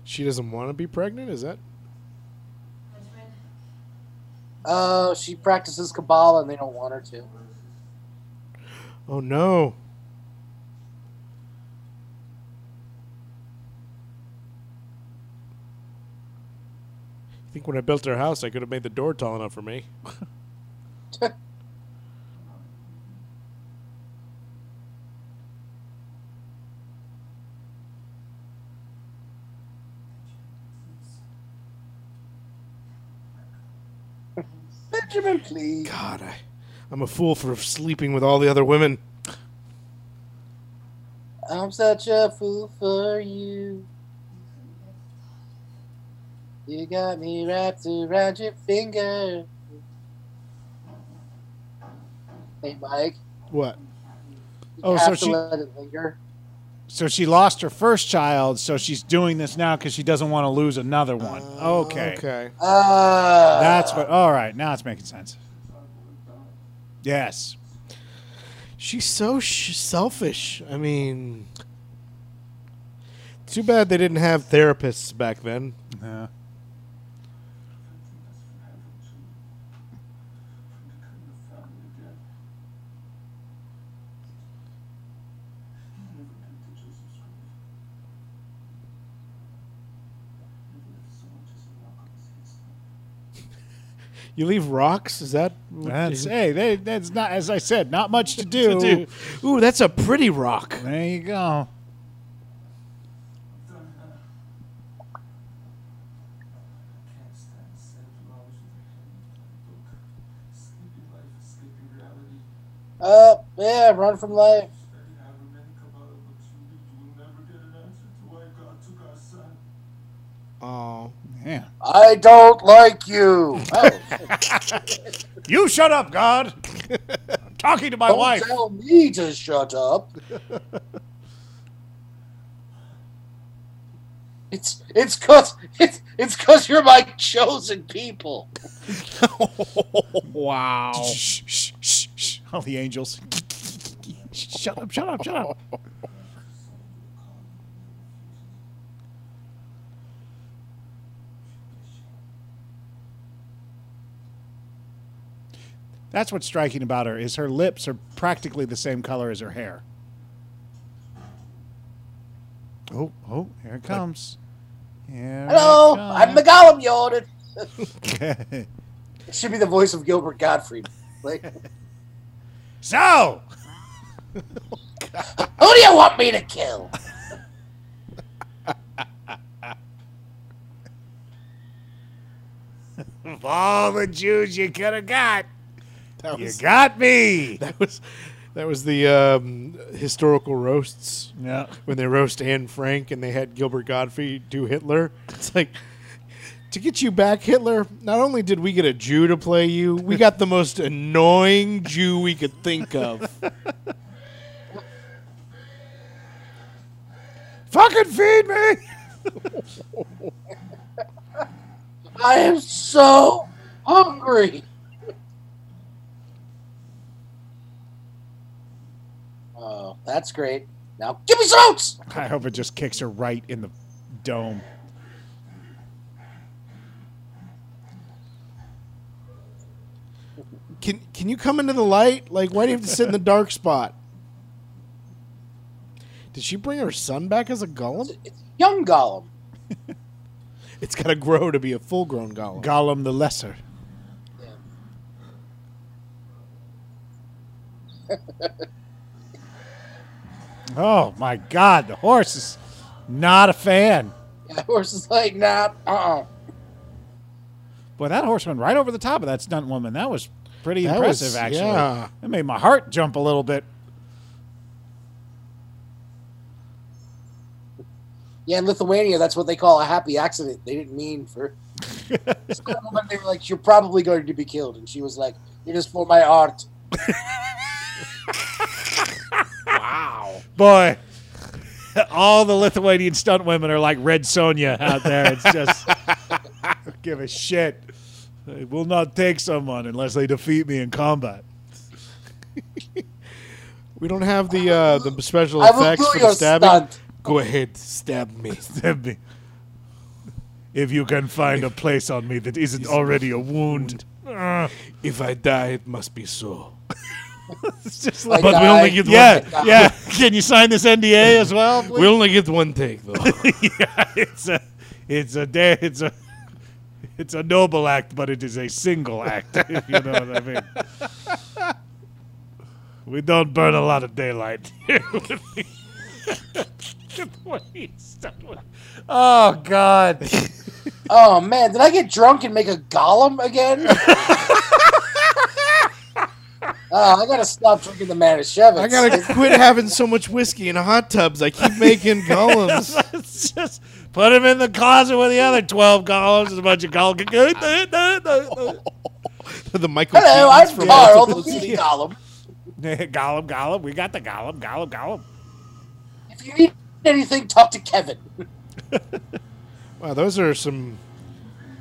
B: She doesn't want to be pregnant, is that?
F: Benjamin,
C: Oh, she practices Kabbalah and they don't want her to.
B: Oh, no. I think when I built our house, I could have made the door tall enough for me.
C: Benjamin, please.
B: God, I, I'm a fool for sleeping with all the other women.
C: I'm such a fool for you. You got me wrapped around your finger. Hey, Mike.
B: What?
C: You
A: Oh, so
C: have to
A: she-
C: let it linger.
A: So she lost her first child, so she's doing this now because she doesn't want to lose another one. Oh, okay.
B: Okay.
C: Uh,
A: That's what. All right. Now it's making sense. Yes.
B: She's so sh- selfish. I mean, too bad they didn't have therapists back then.
A: Yeah.
B: You leave rocks? Is that what
A: That's
B: you-
A: hey, they, that's not as I said, not much to do.
B: Dude, Ooh, that's a pretty rock.
A: There you go.
E: Can't stand seven hours with a head in a book. Sleepy life, sleepy reality.
C: uh, yeah, run from life.
E: Study however many Kabbalah books you read, you will never get an answer to why God took our son.
B: Oh.
A: Yeah.
C: I don't like you. Oh,
A: You shut up, God. I'm talking to my
B: Oh.
C: don't
A: wife.
C: tell me to shut up. it's it's cause it's it's cause you're my chosen people.
A: Wow. Shh, shh, shh, shh. All the angels. shut up, shut up, shut up. That's what's striking about her is her lips are practically the same color as her hair. Oh, oh, here it comes. Here
C: Hello,
A: it
C: I'm the
A: comes.
C: golem you ordered. It should be the voice of Gilbert Gottfried. Like, who
A: so,
C: do you want me to kill?
A: of all the Jews you could have got, you got me.
B: That was that was the um, historical roasts
A: No.
B: when they roast Anne Frank and they had Gilbert Godfrey do Hitler. It's like to get you back, Hitler. Not only did we get a Jew to play you, we got the most annoying Jew we could think of.
A: Fucking feed me.
C: I am so hungry. Oh, that's great. Now give me some oats.
A: I hope it just kicks her right in the dome.
B: Can can you come into the light? Like, why do you have to sit in the dark spot? Did she bring her son back as a golem?
C: It's young Gollum.
B: It's got to grow to be a full-grown golem.
A: Gollum the Lesser. Oh my God, the horse is not a fan.
C: And the horse is like, nah, uh, uh
A: Boy, that horse went right over the top of that stunt woman. That was pretty
B: That
A: impressive,
B: was-
A: actually.
B: yeah.
A: It made my heart jump a little bit.
C: Yeah, in Lithuania, that's what they call a happy accident. They didn't mean for. But they were like, "You're probably going to be killed," and she was like, "It is for my art."
A: Boy, all the Lithuanian stunt women are like Red Sonia out there. It's just don't give a shit. I will not take someone unless they defeat me in combat.
B: We don't have the uh, the special
C: I will
B: effects
C: do
B: for the
C: your
B: stabbing.
C: stunt.
B: Go ahead, stab me.
A: Stab me. If you can find a place on me that isn't already a wound. Ah. Ugh.
B: If I die, it must be so.
A: It's just
C: Like
A: like,
B: But we
C: I-
B: only get one.
A: yeah, yeah. Can you sign this NDA as well? please?
B: We only get one take though.
A: yeah, it's a, it's a day, it's a, it's a noble act, but it is a single act. if you know what I mean. We don't burn a lot of daylight. here with the- with the stuff. oh God!
C: Oh man, did I get drunk and make a golem again? oh, I gotta stop drinking the Manischewitz.
B: I gotta quit having so much whiskey in hot tubs. I keep making golems.
A: It's just put him in the closet with the other twelve golems and a bunch of golems.
B: the Michael. Keatons
C: Hello, I'm
B: from
C: Carl, the
B: Multiple
C: Beauty
B: Teams.
C: Golem.
A: Gollum, Gollum, we got the Gollum, Gollum, Gollum.
C: If you need anything, talk to Kevin.
B: Wow, those are some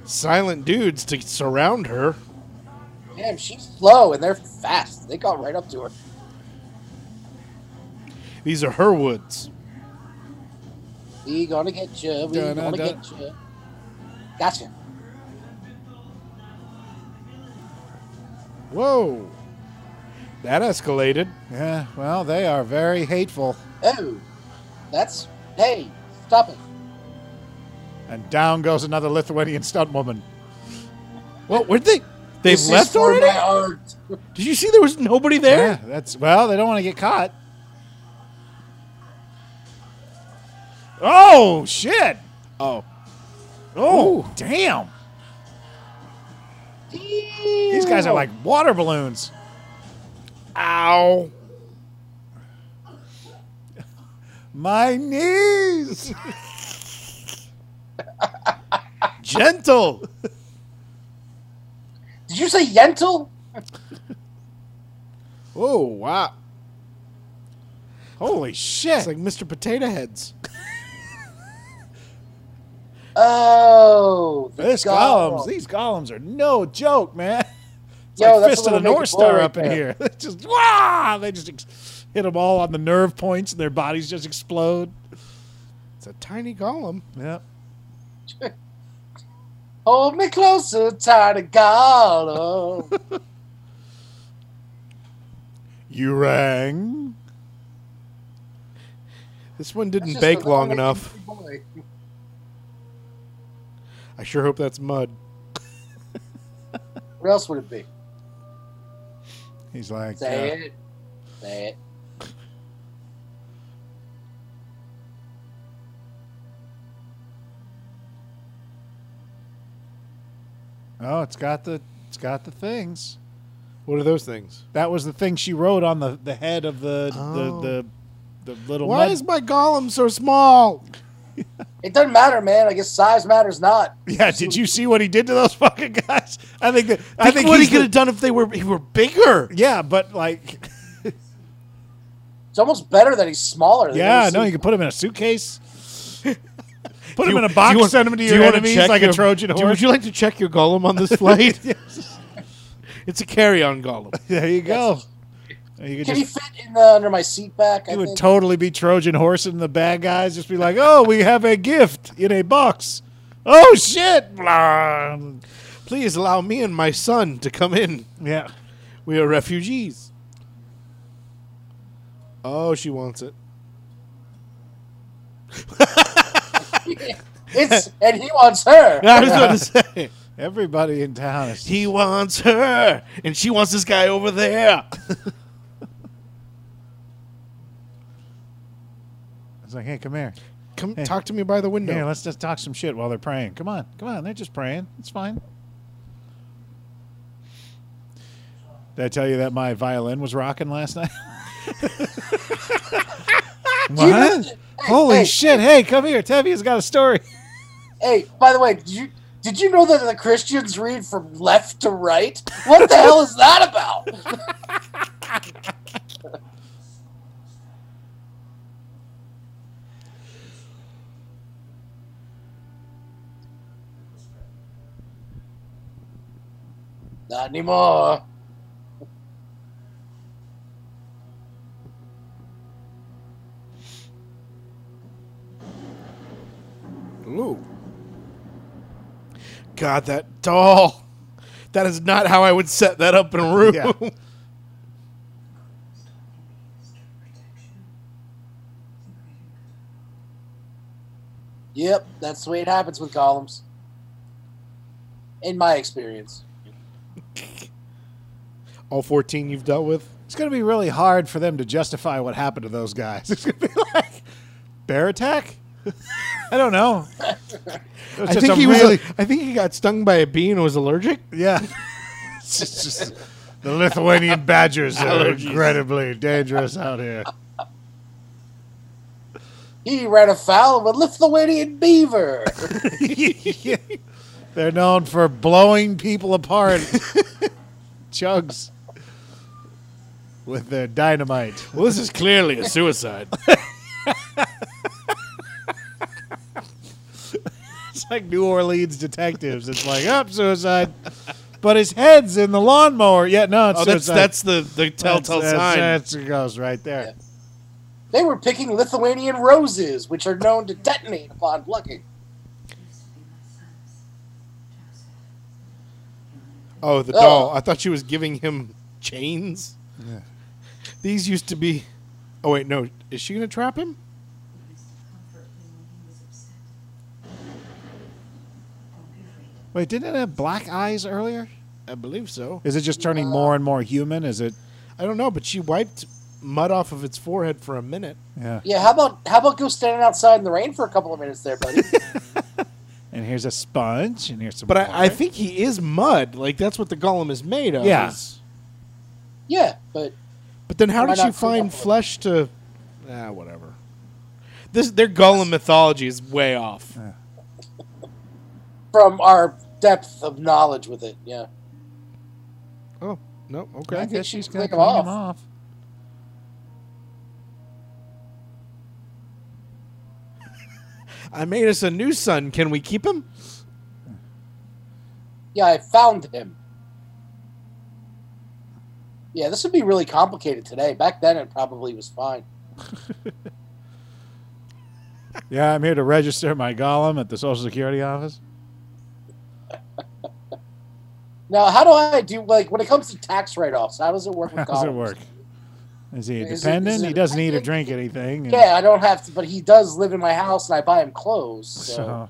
B: silent dudes to surround her.
C: Damn, she's slow and they're fast. They got right up to her.
B: These are her woods.
C: We gonna get you. We
A: Dun, dun,
C: gonna
A: dun.
C: get you. Gotcha.
B: Whoa. That escalated.
A: Yeah, well, they are very hateful.
C: Oh, that's hey, stop it.
A: And down goes another Lithuanian stunt woman.
B: What? Where'd they? They've
C: This is
B: left
C: for
B: already.
C: my art.
B: Did you see there was nobody there?
A: Yeah, that's well, they don't want to get caught. Oh shit!
B: Oh,
A: Oh damn! These guys are like water balloons.
B: ow!
A: My knees.
B: Gentle.
C: Did you say Yentl?
B: oh wow!
A: Holy shit!
B: It's like Mr. Potato Heads.
C: Oh, the
A: this
C: golem.
A: golems, these golems are no joke, man. It's
C: Yo,
A: like
C: that's
A: fist of the
C: a little naked
A: North Star
C: boy
A: up in
C: right
A: here. It's just wow! They just ex- hit them all on the nerve points, and their bodies just explode.
B: It's a tiny golem.
A: Yep.
C: Hold me closer, oh. tiny golem.
A: You rang.
B: This one didn't
C: Just
B: bake
C: a
B: long
C: little
B: enough.
C: naked boy.
B: I sure hope that's mud.
C: What else would it be?
A: He's like,
C: Say
A: uh,
C: it. Say it.
A: oh, it's got the it's got the things.
B: What are those things?
A: That was the thing she wrote on the, the head of the
B: Oh.
A: the, the the little.
B: Why
A: mud-
B: is my golem so small?
C: It doesn't matter, man. I guess size matters not.
A: yeah? Did you see what he did to those fucking guys? I think that I
B: Think
A: think
B: what he
A: he's
B: could
A: the-
B: have done if they were he were bigger.
A: Yeah, but like,
C: It's almost better that he's smaller. They
A: yeah,
C: never
A: no,
C: see-
A: you can put him in a suitcase. Put him
B: Do you-
A: in a
B: do
A: box,
B: you want-
A: send him to
B: do
A: your
B: you wanna
A: enemies
B: check
A: like
B: your-
A: a Trojan
B: do-
A: horse.
B: Would you like to check your golem on this flight? It's a carry-on golem.
A: there you go. You could
C: Can
A: just
C: he fit in the, under my seat back? I
A: You would
C: think.
A: totally be Trojan horsing the bad guys. Just be like, "Oh, we have a gift in a box." Oh shit! Blah.
B: Please allow me and my son to come in.
A: Yeah,
B: We are refugees. Oh, she wants it.
C: it's and he wants her.
B: I was about to say
A: everybody in town is.
B: he wants her, and she wants this guy over there.
A: It's like, hey, come here,
B: Come talk to me by the window.
A: here. Let's just talk some shit while they're praying. Come on, come on. They're just praying. It's fine. Did I tell you that my violin was rocking last night?
C: you know
A: what?
C: that- hey,
A: Holy
C: hey,
A: shit! Hey, come here. Tevia's got a story.
C: Hey, by the way, did you did you know that the Christians read from left to right? What the hell is that about? Not anymore.
B: Ooh. God, that doll. That is not how I would set that up in a room.
A: Yeah.
C: Yep, that's the way it happens with golems. In my experience.
B: All 14 you've dealt with?
A: It's going to be really hard for them to justify what happened to those guys. It's going to be like bear attack. I don't know. It was
B: I
A: just
B: think,
A: a
B: he was
A: really-
B: I think he got stung by a bee and was allergic.
A: yeah. It's just- just- the Lithuanian badgers are
B: Allergies.
A: incredibly dangerous out here.
C: He ran afoul of a Lithuanian beaver.
A: They're known for blowing people apart. Chugs with their dynamite.
B: Well, this is clearly a suicide.
A: like New Orleans detectives. It's like up suicide, but his head's in the lawnmower. Yeah, no, it's
B: Oh, that's
A: suicide.
B: that's the the telltale
A: that's,
B: sign.
A: That's, it goes right there.
C: They were picking Lithuanian roses, which are known to detonate upon plucking.
F: used to be my son's. Joseph.
B: Oh, the
C: Oh.
B: doll. I thought she was giving him chains. These used to be. Oh wait, no. Is she gonna trap him?
F: He used to comfort me when he was upset. Don't be afraid.
A: Wait, didn't it have black eyes earlier?
B: I believe so.
A: Is it just turning more and more human? Is it?
B: I don't know, but she wiped mud off of its forehead for a minute.
A: Yeah.
C: Yeah, how about how about go standing outside in the rain for a couple of minutes there, buddy?
A: And here's a sponge, and here's some.
B: But I, I
A: water.
B: think he is mud. Like that's what the golem is made of.
A: Yeah.
B: is-
C: yeah, but
B: But then how
C: Why
B: did she
C: not clean
B: find
C: up?
B: flesh to? Ah, whatever. This their golem mythology is way off.
C: from our depth of knowledge with it, yeah.
B: Oh no,
A: I
B: okay.
A: guess she's gonna
C: Take
A: clean
C: 'em
A: him
C: off.
A: off.
B: I made us a new son. Can we keep him?
C: Yeah, I found him. Yeah, this would be really complicated today. Back then, it probably was fine.
A: Yeah, I'm here to register my golem at the Social Security office.
C: Now, how do I do like when it comes to tax write-offs? How does it work
A: How
C: with
A: does it
C: golems?
A: work? Is he a
C: Is it-
A: dependent?
C: is it
A: he doesn't
C: a
A: eat or
C: dependent?
A: drink anything. and
C: Yeah, I don't have to, but he does live in my house, and I buy him clothes. So,
A: So, what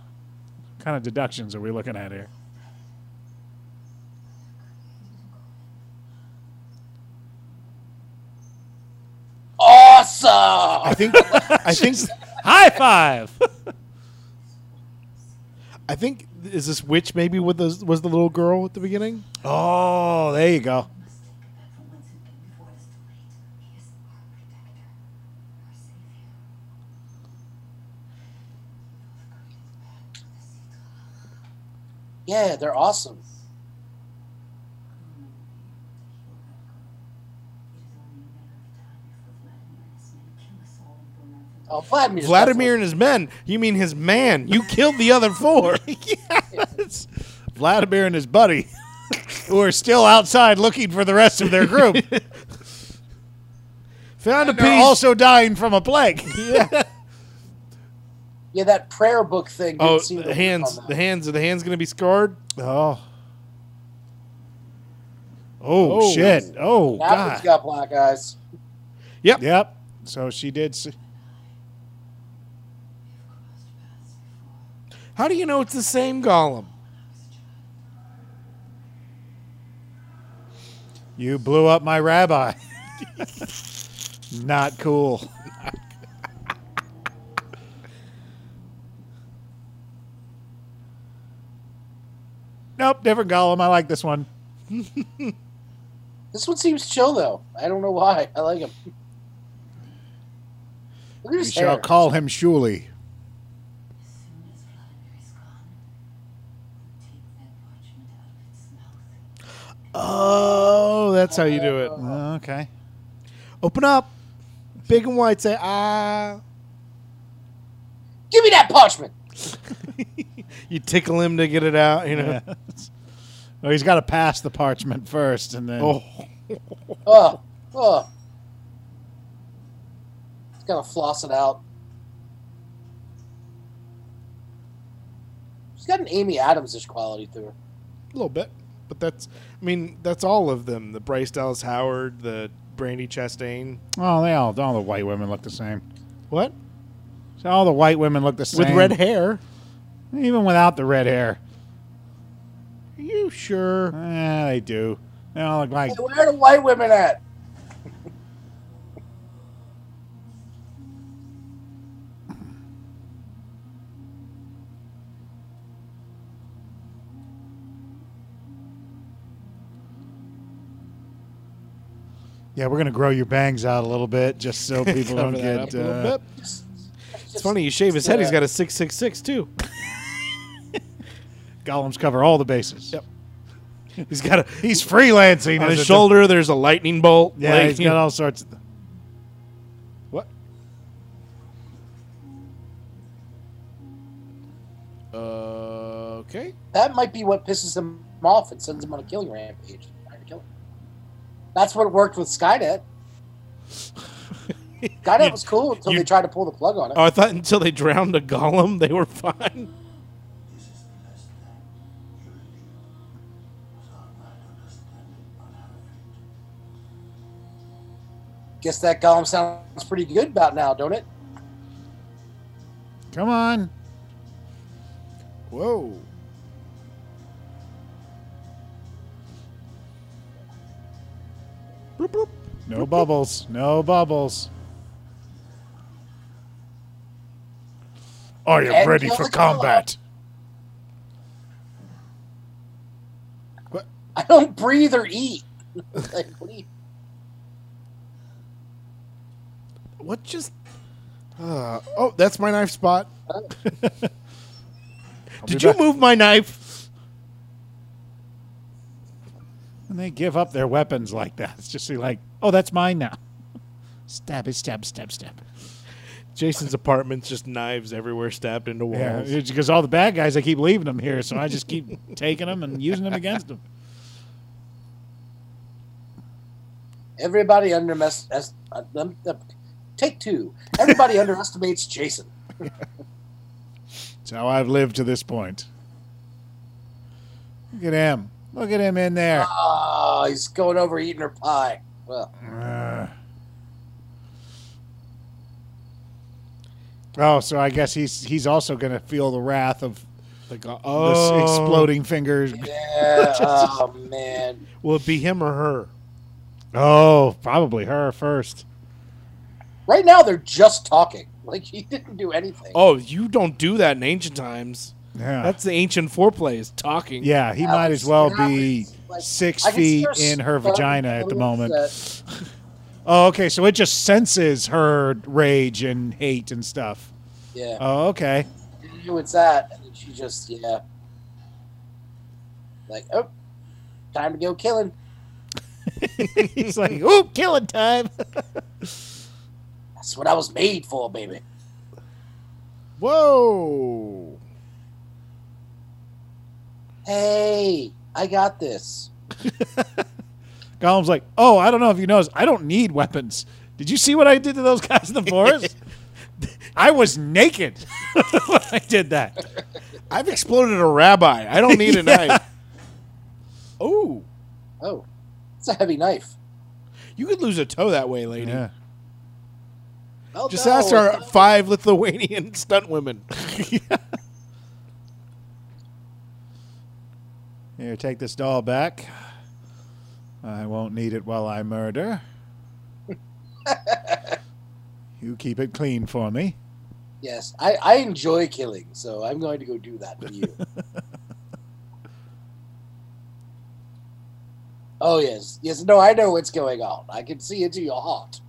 A: kind of deductions are we looking at here?
B: I
C: awesome.
B: think. I think.
A: High five!
B: I think. Is this witch maybe with the, was the little girl at the beginning?
A: oh, there you go.
F: must take him back from whence he came before it is too late. He is our protector, our savior.
C: Yeah, they're awesome.
F: It is only a matter of time before Vladimir and his
B: Vladimir and his
C: Oh, Vladimir.
F: men kill us all and go mad for
B: men. You mean his man? You killed the other four.
A: It's Vladimir and his buddy, who are still outside looking for the rest of their group.
B: Found a
A: They're
B: piece.
A: also dying from a plague.
C: Yeah, that prayer book thing. Didn't
B: oh,
C: seem to
B: the
C: work
B: hands.
C: on
B: The
C: that.
B: hands. Are the hands going to be scarred?
A: Oh. Oh,
B: Oh.
A: shit. Oh,
C: Now he's
A: God.
C: got black eyes.
B: Yep.
A: Yep. So she did. See-
B: How do you know it's the same golem?
A: you blew up my rabbi. Not cool. nope, different golem. I like this one.
C: This one seems chill though. I don't know why. I like him. Look at
A: We
C: his
A: shall
C: hair.
A: call him Shuli.
F: As soon as Vladimir is gone, you take that parchment out of its mouth.
B: Oh, that's how you do it.
A: Okay.
B: Open up. Big and white say ah.
C: Give me that parchment.
B: You tickle him to get it out. You know.
A: Yeah. well, he's got to pass the parchment first, and then
B: Oh,
C: Oh, oh. He's gotta floss it out. She's got an Amy Adams-ish quality to her.
B: a little bit, but that's. I mean, that's all of them. The Bryce Dallas Howard, the Brandy Chastain.
A: oh, they all all the white women look the same.
B: What?
A: So all the white women look the same
B: With red hair.
A: even without the red hair.
B: Are you sure?
A: Eh, they do. They all look like
C: Hey, where are the white women at?
A: Yeah, we're gonna grow your bangs out a little bit just so people don't
B: Cover that up
A: get.
B: a little
A: uh,
B: bit. It's funny you shave his head. He's got a six six six too.
A: Golems cover all the bases.
B: Yep. He's got a
A: He's freelancing.
B: on
A: as
B: his
A: a-
B: shoulder. There's a lightning bolt.
A: Yeah,
B: Like,
A: he's got all sorts. of
B: what? Uh, Okay.
C: That might be what pisses him off and sends him on a killing rampage. Trying to kill him. That's what worked with Skynet. Skynet
B: You-
C: was cool until
B: you-
C: they tried to pull the plug on it.
B: Oh, I thought until they drowned a golem, they were fine.
E: This is the last land you leave. Without my understanding on how it
C: Guess that golem sounds pretty good about now, don't it?
A: Come on.
B: Whoa. Bloop, bloop.
A: No bubbles. No bubbles.
D: I am
C: And
D: ready
C: kill
D: for
C: the gorilla.
D: combat.
C: I don't breathe or eat. like, what do you,
B: What just? Uh, oh, that's my knife spot. Did
A: be
B: you
A: back.
B: move my knife?
A: And they give up their weapons like that. It's just like, oh, that's mine now. Stab it, stab, stab, stab.
B: Jason's apartment's just knives everywhere, stabbed into
A: Yeah,
B: walls.
A: it's because all the bad guys, I keep leaving them here, so I just keep taking them and using them against them.
C: everybody underestimates. Uh, um, uh, take two. Everybody underestimates Jason.
A: It's how I've lived to this point. Look at him. Look at him in there.
C: Oh, he's going over eating her pie. Well,
A: Uh. Oh, so I guess he's he's also going to feel the wrath of
B: The
A: uh,
B: go-
A: this
B: oh,
A: exploding fingers.
C: yeah. oh man.
B: Will it be him or her?
A: Oh, probably her first.
C: Right now they're just talking. Like he didn't do anything.
B: Oh, you don't do that in ancient times.
A: Yeah.
B: That's the ancient foreplay is talking.
A: yeah, he
C: That
A: might
C: was-
A: as well
C: that
A: be
C: was, like,
A: six
C: I can see
A: feet
C: her
A: in her
C: starting
A: vagina at the
C: to
A: moment.
C: upset.
A: Oh, okay. So it just senses her rage and hate and stuff.
C: Yeah.
B: Uh,
A: Oh, okay.
C: She knew it's that, and then she just yeah. Like oh, time to go killing.
A: He's like, "Ooh, killing time."
C: That's what I was made for, baby.
B: Whoa.
C: Hey, I got this.
A: Gollum's like, "Oh, I don't know if you noticed. I don't need weapons. Did you see what I did to those guys in the forest? I was naked when I did that."
B: I've exploded a rabbi. I don't need a
A: Yeah.
B: knife. Oh,
C: Oh, it's a heavy knife.
B: you could lose a toe that way, lady.
A: Yeah.
C: Oh,
B: Just
C: no,
B: ask our
C: no.
B: five Lithuanian stunt women.
A: Here, take this doll back. I won't need it while I murder. you keep it clean for me.
C: Yes, I, I enjoy killing, so I'm going to go do that to you. oh yes, yes. No, I know what's going on. I can see into your heart.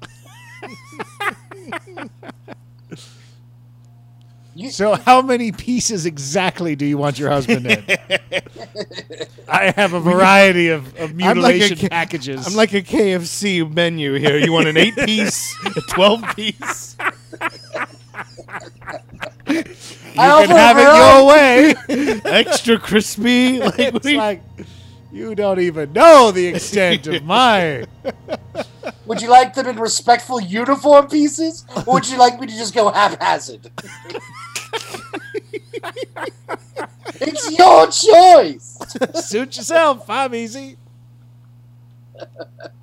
C: you,
A: So, how many pieces exactly do you want your husband in? I have a variety of, of
B: I'm like a
A: mutilation
B: ki-
A: packages.
B: I'm like a KFC menu here. You want an eight piece, a twelve piece?
A: you
C: I
A: can have it your way.
B: extra crispy. Like,
A: it's like you don't even know the extent of my.
C: Would you like them in respectful uniform pieces, or would you like me to just go haphazard? it's your choice.
A: Suit yourself. I'm easy.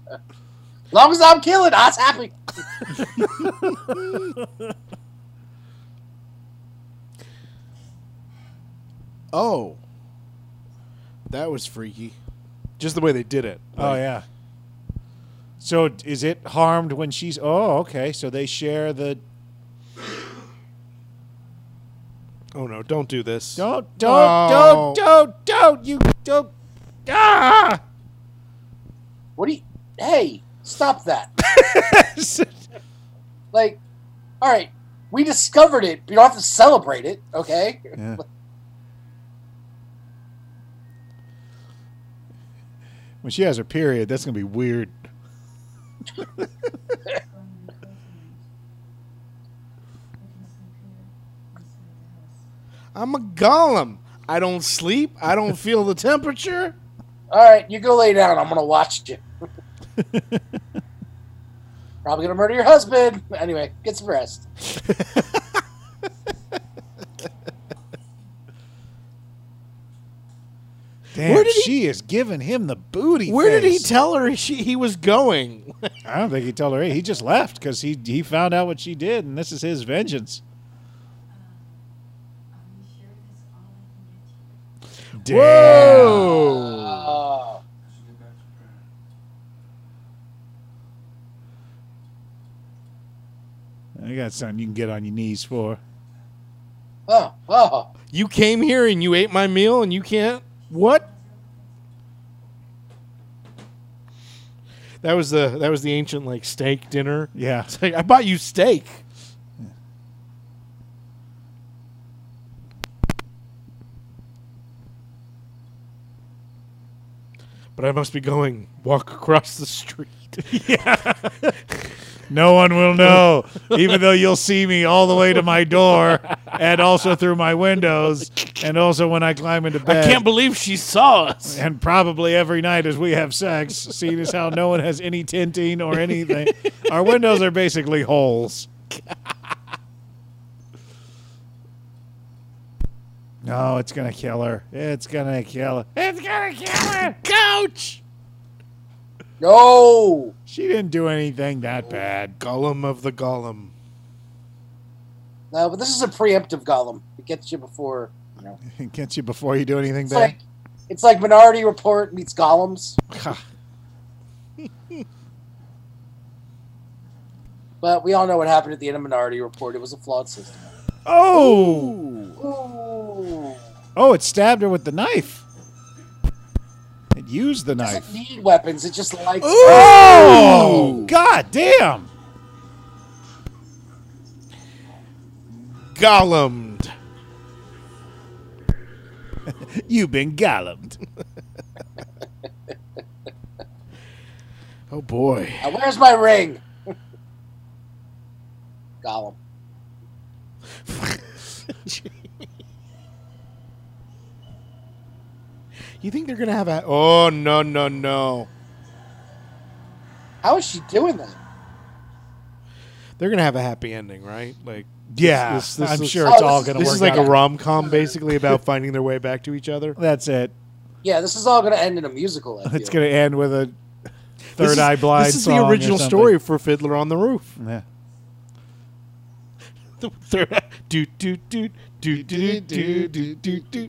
C: As long as I'm killing, I'm happy.
B: oh, that was freaky. Just the way they did it.
A: Oh yeah. So is it harmed when she's? Oh, okay. So they share the.
B: Oh no! Don't do this.
A: Don't don't
B: Oh.
A: don't don't don't you don't. Ah!
C: What do you? Hey, stop that! Like, all right, we discovered it. You don't have to celebrate it, okay?
A: Yeah. when she has her period, that's gonna be weird.
F: Going to be close We can sleep here inside the house.
B: I'm a golem. I don't sleep. I don't feel the temperature.
C: All right, you go lay down. I'm gonna watch you. Probably gonna murder your husband. Anyway, get some rest.
A: Damn,
B: Where did he-
A: she is giving him the booty.
B: Where did he
A: face.
B: tell her she, he was going?
A: I don't think he told her. He just left because he he found out what she did, and this is his vengeance.
F: Are you sure that's all I can get
A: Damn.
F: you?
B: Whoa!
C: Uh,
E: I should get back to prayer.
A: I got something you can get on your knees for.
C: oh, oh,
B: You came here and you ate my meal and you can't. What? That was the that was the ancient like steak dinner.
A: Yeah.
B: It's like I bought you steak. But I must be going walk across the street.
A: No one will know, even though you'll see me all the way to my door and also through my windows and also when I climb into
B: I
A: bed.
B: can't believe she saw us.
A: and probably every night as we have sex, seeing as how no one has any tinting or anything. Our windows are basically holes. No, it's gonna kill her. It's gonna kill her. It's gonna kill her.
B: Couch.
C: no!
A: She didn't do anything that bad.
B: Gollum of the Gollum.
C: No, but this is a preemptive golem. It gets you before. You know.
A: It gets you before you do anything
C: It's
A: bad.
C: like it's like Minority Report meets Golems. But we all know what happened at the end of Minority Report. It was a flawed system.
A: Oh!
C: Ooh.
A: Oh, it stabbed her with the knife. It used the
C: It
A: knife.
C: doesn't need weapons. It just likes.
A: Oh! God damn!
B: Gollumed.
A: You've been gollumed.
B: Oh boy.
C: Now, where's my ring? Golem.
B: you think they're gonna have a? Oh no no no!
C: How is she doing that?
B: They're gonna have a happy ending, right? Like
A: Yeah,
B: This- this
A: I'm
B: is-
A: sure
C: Oh,
A: it's all
C: this-
A: going to
B: this
A: work
B: is like
A: out.
B: a rom com, basically about finding their way back to each other.
A: That's it.
C: Yeah, this is all going to end in a musical. I
A: It's
C: feel.
A: going to end with a
B: This
A: third
B: is-
A: eye blind.
B: This is
A: song
B: the
A: or
B: original
A: something.
B: story for Fiddler on the Roof.
A: Yeah.
B: The third eye- do do do do do do do do do.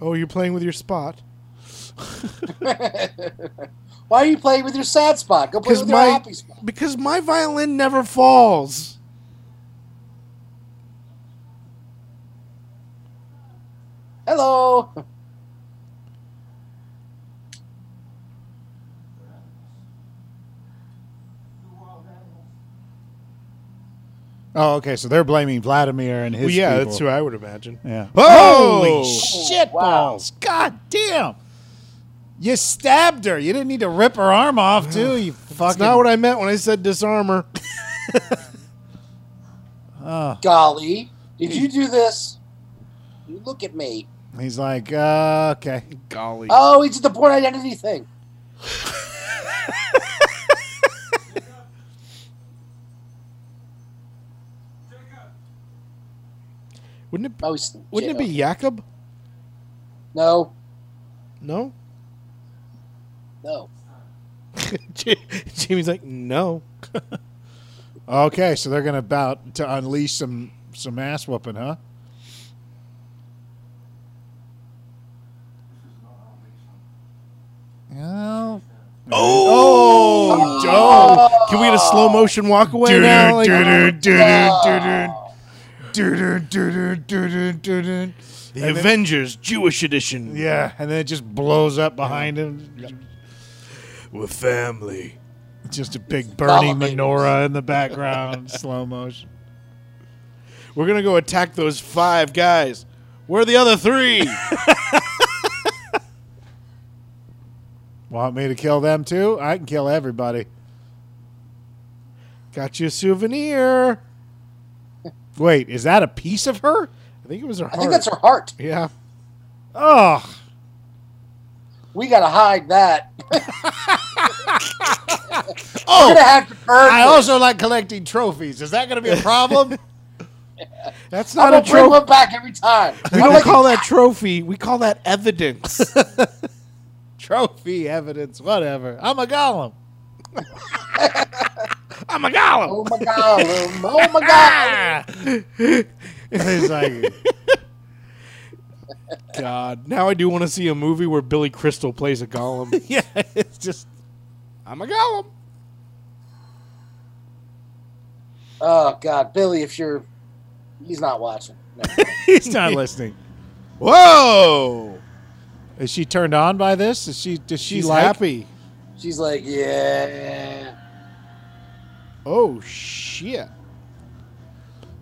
B: Oh, you're playing with your spot.
C: Why are you playing with your sad spot? Go play
B: Because
C: with your
B: my
C: happy spot.
B: because my violin never falls.
C: Hello.
B: Oh,
E: You wild animals.
A: Oh, okay. So they're blaming Vladimir and his.
B: Well, yeah,
A: people.
B: that's who I would imagine.
A: Yeah.
B: Oh!
A: Holy shit
C: Wow.
A: balls! God damn! You stabbed her. You didn't need to rip her arm off, too. You fucking.
B: That's not what I meant when I said disarmer.
C: Golly, did you do this? You look at me.
A: He's like, uh, okay.
B: Golly.
C: Oh, he did the born identity thing.
E: Jacob!
B: Wouldn't it
C: Oh, he's
B: wouldn't it be Jakob?
C: No,
B: No.
C: no.
B: Ja- Jamie's like, "No."
A: Okay, so they're gonna about to unleash some some ass whooping, huh? Oh, oh,
B: Can we get a slow motion walk away
A: dope!
B: now? Like-
A: uh, The
B: the Avengers Jewish edition.
A: Yeah, and then it just blows up behind him.
B: We're family.
A: Just a big burning
C: Dollop.
A: menorah in the background, slow motion.
B: We're gonna go attack those five guys. Where are the other three?
A: Want me to kill them too? I can kill everybody.
B: Got you a souvenir.
A: Wait, is that a piece of her?
B: I think it was her heart.
C: I think that's her heart.
B: Yeah.
A: Ugh.
C: We gotta hide that. We're gonna have to burn.
A: Oh, I
C: this.
A: also like collecting trophies. Is that going to be a problem?
B: That's
C: I'm
B: not a
C: gonna bring
B: trophy.
C: one back every time.
B: We don't call that trophy. We call that evidence.
A: Trophy evidence, whatever. I'm a golem.
B: I'm a golem. Ah.
C: Oh my god! Oh my god!
A: Ah. He's like,
B: God. Now I do want to see a movie where Billy Crystal plays a golem.
A: yeah, it's just
B: I'm a golem.
C: Oh god, Billy, if you're, he's not watching. No.
A: he's not listening.
B: Whoa.
A: Is she turned on by this? Is she? Does she
B: She's
A: like?
B: happy.
C: She's like, yeah,
B: Oh shit.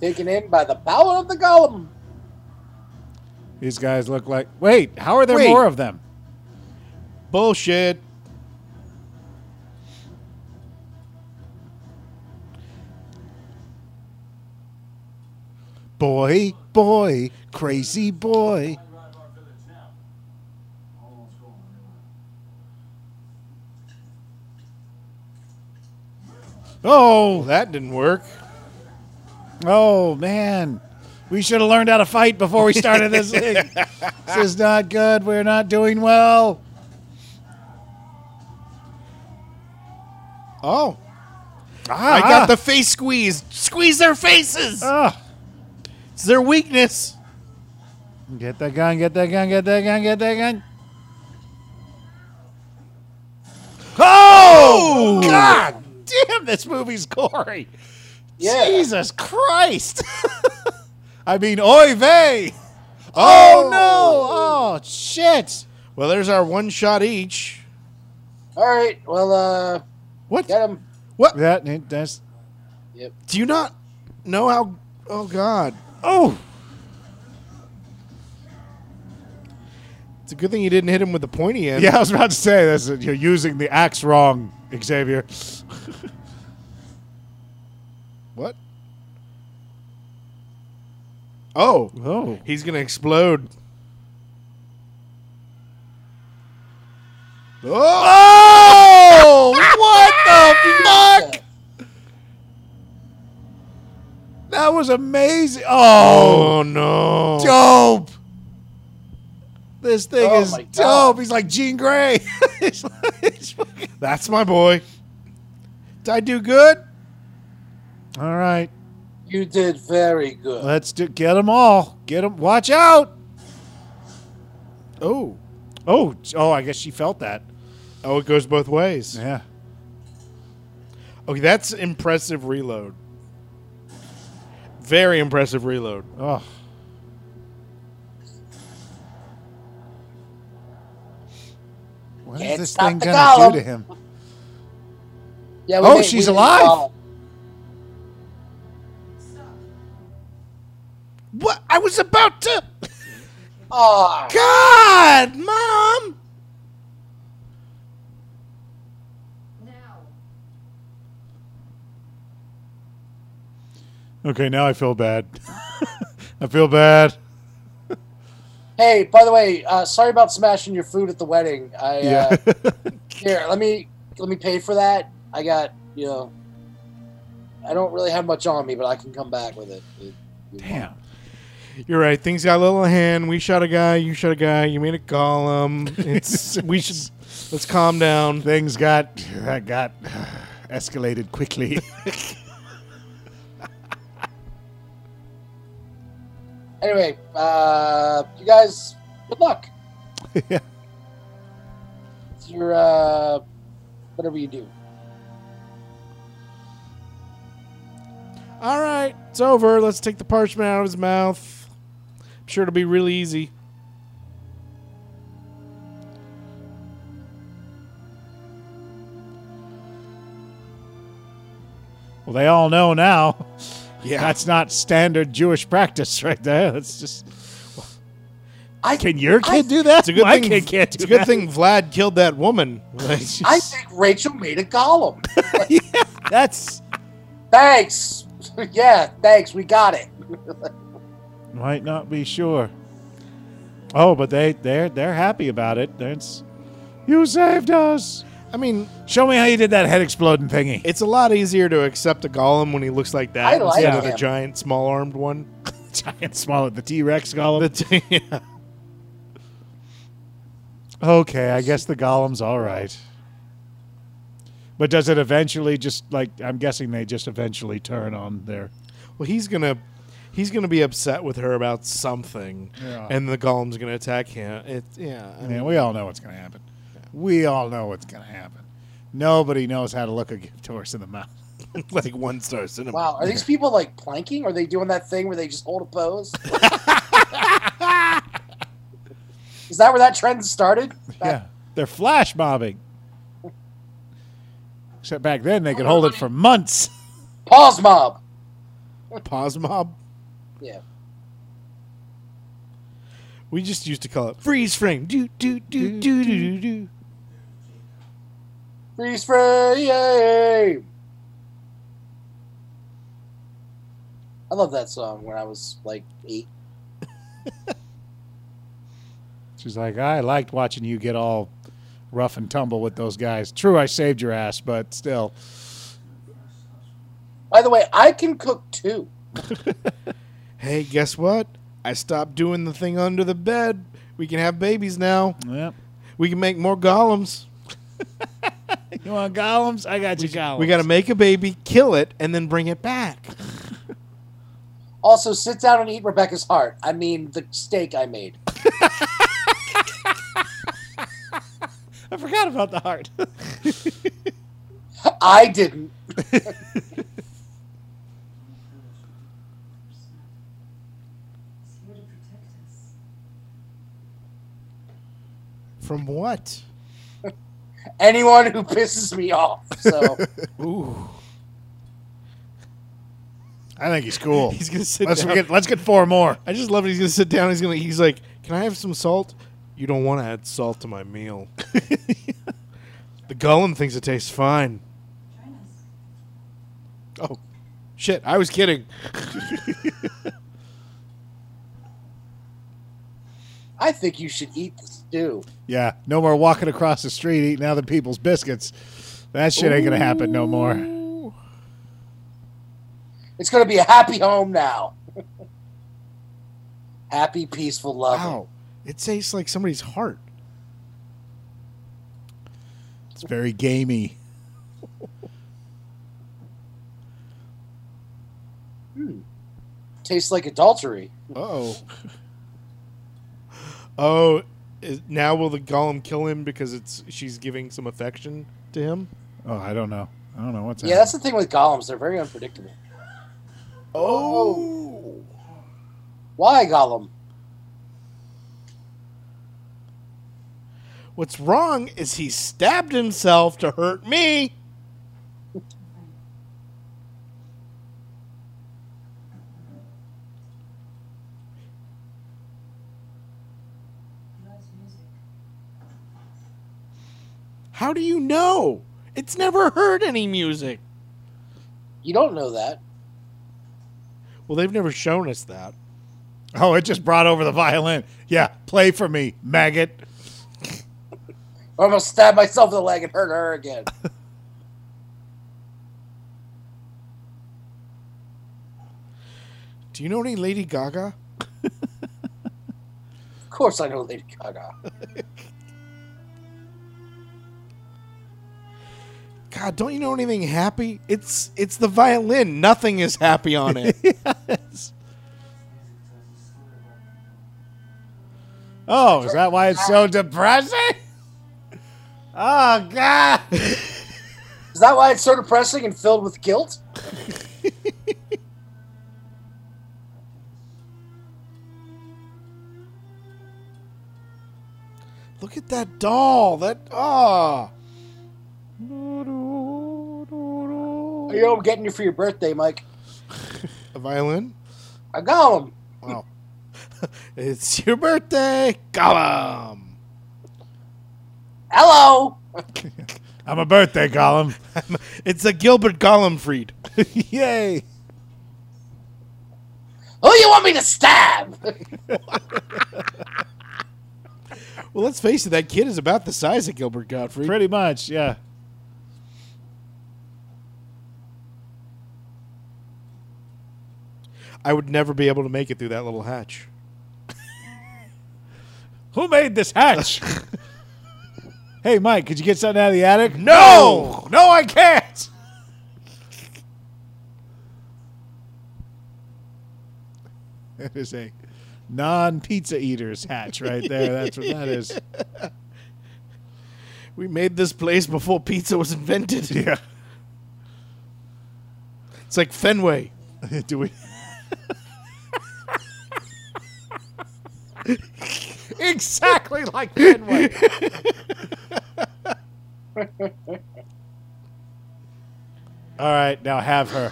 C: taken in by the power of the golem.
A: These guys look like. Wait, how are there
B: Wait.
A: more of them?
B: Bullshit.
A: Boy, boy, crazy boy.
E: Arrive our village now. All is gone.
A: Oh, that.
B: That didn't work.
A: Oh man, we should have learned how to fight before we started this thing. This is not good. We're not doing well.
B: Oh.
A: Ah,
B: I got the face squeeze. Squeeze their faces.
A: Ah.
B: it's their weakness.
A: Get that gun. Get that gun. Get that gun. Get that gun. Oh, God damn! This movie's gory.
C: Yeah.
A: Jesus Christ. I mean, oy vey. Oh, no! Oh shit!
B: Well, there's our one shot each.
C: All right, well, uh,
B: What?
C: get him.
A: That that's
C: Yep.
B: Do you not know how? Oh God!
A: oh.
B: It's a good thing you didn't hit him with the pointy end.
A: Yeah, I was about to say this. You're using the axe wrong, Xavier.
B: What? Oh,
A: Oh,
B: he's gonna explode. Oh!
A: Oh! what the fuck? That was amazing. Oh,
B: Oh no!
A: dope. This thing
C: Oh
A: is
C: my
A: dope.
C: God.
A: He's like Jean Grey. He's like- he's fucking-
B: That's my boy. Did I do good?
A: all right.
C: You did very good.
A: Let's do, get them all. Get them. Watch out.
B: Oh,
A: Oh, oh, I guess she felt that.
B: oh, it goes both ways.
A: Yeah.
B: Okay, that's impressive reload. Very impressive reload.
A: Oh. What is
C: Can't
A: this
C: stop
A: thing
C: the
A: gonna
C: golem.
A: do to him?
C: Yeah,
A: Oh,
C: made-
A: she's
C: made it
A: alive.
C: all.
B: What? I was about to.
C: Oh,
B: God, mom.
F: Now,
A: Okay, now I feel bad. I feel bad.
C: hey, by the way, uh, sorry about smashing your food at the wedding. I uh, here, let me let me pay for that. I got you know, I don't really have much on me, but I can come back with it. It- it-
A: Damn.
B: You're right. Things got a little hand. We shot a guy. You shot a guy. You made a column. It's we should let's calm down.
A: Things got that got uh, escalated quickly.
C: Anyway, uh, you guys, good luck.
A: Yeah.
C: It's Your uh, whatever you do.
B: All right, it's over. Let's take the parchment out of his mouth. I'm sure it'll be really easy.
A: well, they all know now.
B: Yeah.
A: That's not standard Jewish practice right there. That's just
C: I
A: Can your
C: I-
A: kid do that?
B: It's a good
A: My
B: thing.
A: kid can't do
B: it's a good
A: that.
B: thing Vlad killed that woman. Like, she's-
C: I think Rachel made a column.
A: That's
C: thanks. yeah, thanks. We got it.
A: might not be sure. Oh, but they they're they're happy about it. That's you saved us.
B: I mean,
A: Show me how you did that head exploding thingy.
B: it's a lot easier to accept a golem when he looks like that
C: I like
B: instead of the
C: him.
B: giant, small-armed one.
A: Giant swallowed the T Rex golem.
B: But, yeah.
A: Okay, I guess the golem's all right. But does it eventually just like I'm guessing they just eventually turn on their
B: Well, he's gonna he's gonna be upset with her about something,
A: Yeah.
B: and the golem's gonna attack him. It, yeah, I
A: I
B: mean,
A: mean, we all know what's going to happen. We all know what's going to happen. Nobody knows how to look a gift horse in the mouth.
B: like one star cinema.
C: Wow. Are these people like planking? Are they doing that thing where they just hold a pose? Is that where that trend started?
A: Yeah, they're flash mobbing. Except back then, they could hold it for months.
C: Pause mob.
B: Pause mob.
C: Yeah.
B: We just used to call it freeze frame. Do do do do do do. do.
C: Freeze frame. I love that song when I was like eight.
A: She's like, I liked watching you get all rough and tumble with those guys. True, I saved your ass, but still,
C: By the way, I can cook too.
B: Hey, guess what? I stopped doing the thing under the bed. We can have babies now.
A: yeah.
B: We can make more golems.
A: You want golems? I got you golems.
B: We got to make a baby, kill it, and then bring it back.
C: Also, sit down and eat Rebecca's heart. I mean, the steak I made.
A: I forgot about the heart.
C: I didn't.
F: It's here to protect us.
B: From what?
C: Anyone who pisses me off. So,
B: Ooh.
A: I think he's cool.
B: He's gonna sit
A: let's
B: down.
A: Get, let's get four more.
B: I just love it. He's gonna sit down. He's gonna. He's like, "Can I have some salt?" You don't want to add salt to my meal. the golem thinks it tastes fine.
F: Join us.
B: Oh, shit! I was kidding.
C: I think you should eat the stew.
A: Yeah, no more walking across the street eating other people's biscuits. That shit ain't gonna happen no more.
C: It's going to be a happy home now. happy, peaceful love.
B: Wow, it tastes like somebody's heart.
A: It's very gamey.
C: Tastes like adultery.
B: Oh. oh, is, now will the golem kill him because it's she's giving some affection to him?
A: Oh, I don't know. I don't know what's
C: Yeah, that's the thing with golems. They're very unpredictable.
B: Oh.
C: Why golem?
B: What's wrong is he stabbed himself to hurt me.
F: He loves music.
B: How do you know? It's never heard any music.
C: You don't know that.
B: Well, they've never shown us that.
A: Oh, it just brought over the violin. Yeah, play for me, maggot.
C: Or I'm going to stab myself in the leg and hurt her again.
B: Do you know any Lady Gaga?
C: of course I know Lady Gaga.
B: God, don't you know anything happy? It's it's the violin. Nothing is happy on it.
A: Oh, is that why it's so depressing? Oh God!
C: Is that why it's so depressing and filled with guilt?
B: Look at that doll. That ah.
C: You know, I'm getting you for your birthday, Mike.
B: A violin?
C: A golem.
B: Wow. it's your birthday, Gollum.
C: Hello.
A: I'm a birthday column.
B: It's a Gilbert Gollumfried.
A: Yay.
C: Who you want me to stab?
B: well, let's face it, that kid is about the size of Gilbert Gottfried.
A: Pretty much, yeah.
B: I would never be able to make it through that little hatch.
A: Who made this hatch? hey, Mike, could you get something out of the attic?
B: No!
A: No, I can't! It is a non pizza eater's hatch right there. That's what that is.
B: We made this place before pizza was invented.
A: Yeah.
B: It's like Fenway.
A: Do we? exactly like Fenway. All right, now have her.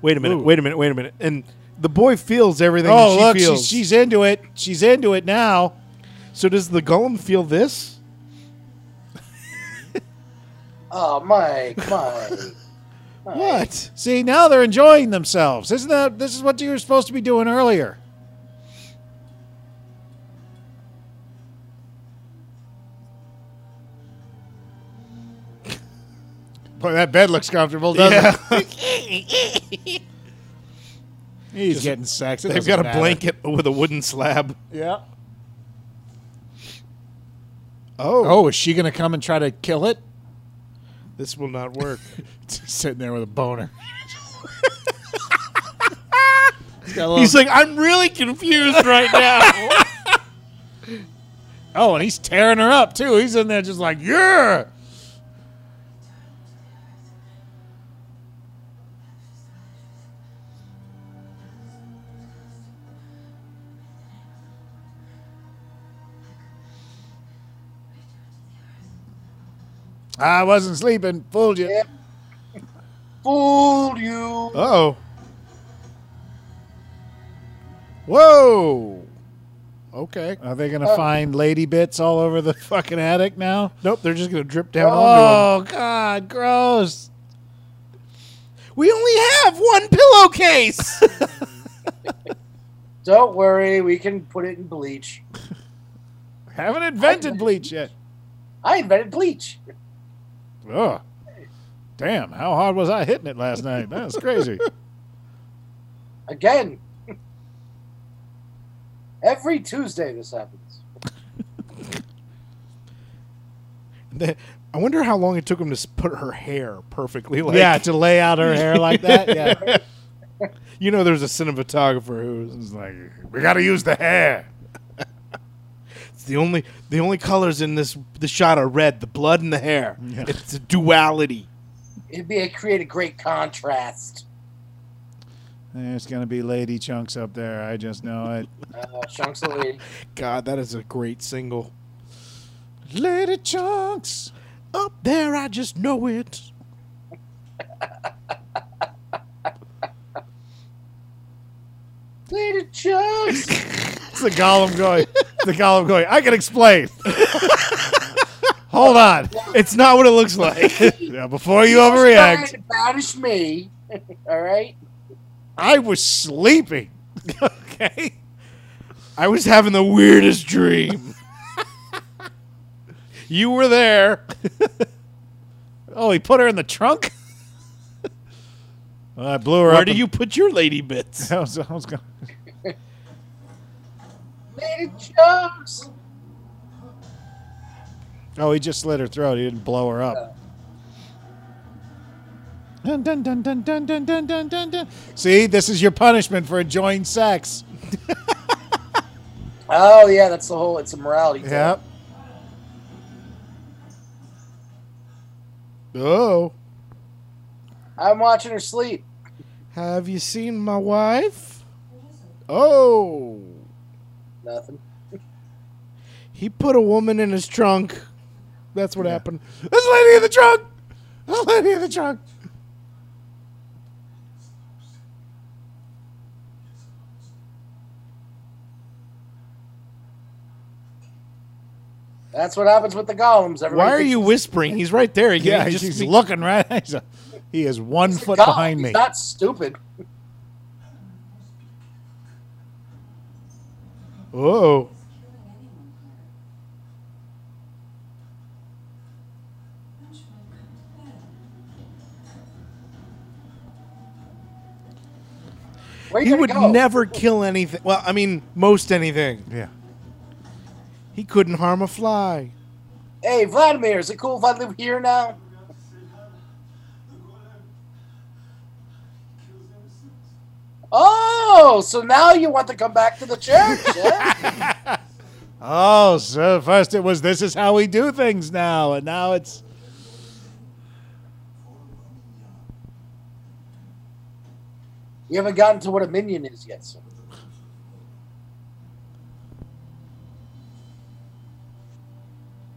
B: Wait a minute.
A: Ooh.
B: Wait a minute. Wait a minute. And the boy feels everything.
A: Oh,
B: she
A: look,
B: feels.
A: she's, she's into it. She's into it now.
B: so does the golem feel this?
C: Oh, Mike, Mike.
B: What?
A: See, now they're enjoying themselves. Isn't that this is what you were supposed to be doing earlier? Boy, that bed looks comfortable, doesn't it? He's getting sex. It
B: They've
A: doesn't
B: got a
A: matter.
B: blanket with a wooden slab.
A: Yeah. Oh. Oh, is she going to come and try to kill it?
B: This will not work.
A: Just sitting there with a boner. He's got a little-
B: He's like, I'm really confused right now.
A: Oh, and he's tearing her up too. He's in there just like, yeah. I wasn't sleeping. Fooled you.
C: Yeah. Fooled you.
B: oh. Whoa. Okay.
A: Are they going to find lady bits all over the fucking attic now?
B: Nope, they're just going to drip down onto him.
A: Oh, God. Gross.
B: We only have one pillowcase.
C: Don't worry, we can put it in bleach.
A: Haven't invented bleach yet.
C: I invented bleach.
A: Oh, damn! How hard was I hitting it last night? That was crazy.
C: Again. Every Tuesday this happens.
B: I wonder how long it took him to s- put her hair perfectly. Like,
A: yeah, to lay out her hair like that. Yeah,
B: you know, there's a cinematographer who's like,
A: we got to use the hair.
B: it's the only the only colors in this the shot are red, the blood and the hair. It's a duality.
C: It'd be a create a great contrast.
A: There's gonna be lady chunks up there. I just know it.
C: Uh, chunks of lady.
B: God, that is a great single.
A: Lady chunks.
B: Up there, I just know it.
C: Lady chunks.
A: It's the golem going. The golem going. I can explain. Hold on.
B: It's not what it looks like.
A: Yeah, before you
C: Trying
A: overreact,
C: to banish me. All right.
A: I was sleeping. okay.
B: I was having the weirdest dream. you were there.
A: Oh, he put her in the trunk. Well, I blew her
B: Where
A: up.
B: do
A: and-
B: you put your lady bits?
A: I was- I was gonna-
C: Lady chunks.
A: Oh, he just slit her throat. He didn't blow her up. Dun, dun, dun, dun, dun, dun, dun, dun, dun, dun. See, this is your punishment for enjoying sex.
C: Oh yeah, that's the whole. It's a morality. thing.
A: Yep.
B: Oh.
C: I'm watching her sleep.
B: Have you seen my wife? Oh.
C: Nothing.
B: He put a woman in his trunk. That's what happened.
A: This lady in the trunk. This lady in the trunk.
C: That's what happens with the golems. Everybody
B: Why are
C: thinks
B: you
C: he's
B: whispering? He's right there. He
A: Yeah,
B: can
A: he's,
B: just be-
A: looking right. He's a- he is one
C: a
A: foot
C: golem.
A: behind me.
C: He's not stupid.
B: Whoa.
F: killing anyone here.
C: Where
F: When should I come to bed?
C: are you
B: He
C: gonna
B: would
C: go?
B: never kill anything. Well, I mean, most anything.
A: Yeah.
B: He couldn't harm a fly.
C: Hey, Vladimir, is it cool if I live here now? Oh, so now you want to come back to the church? eh?
A: Oh, so first it was this is how we do things now, and now it's
C: you haven't gotten to what a minion is yet. So.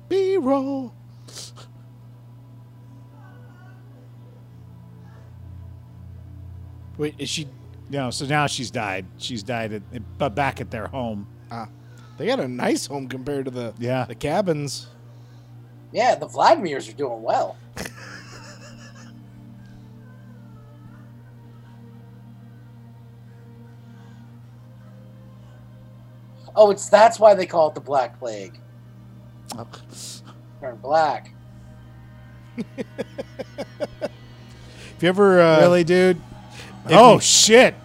B: B roll. Wait, is she.
A: you know. So now she's died. She's died, at, but back at their home.
B: Ah, they got a nice home compared to the
A: Yeah.
B: the cabins.
C: Yeah, the Vladimirs are doing well. oh, it's that's why they call it the Black Plague. Turn black.
B: If you ever uh,
A: really, dude? Oh
B: you-
A: shit!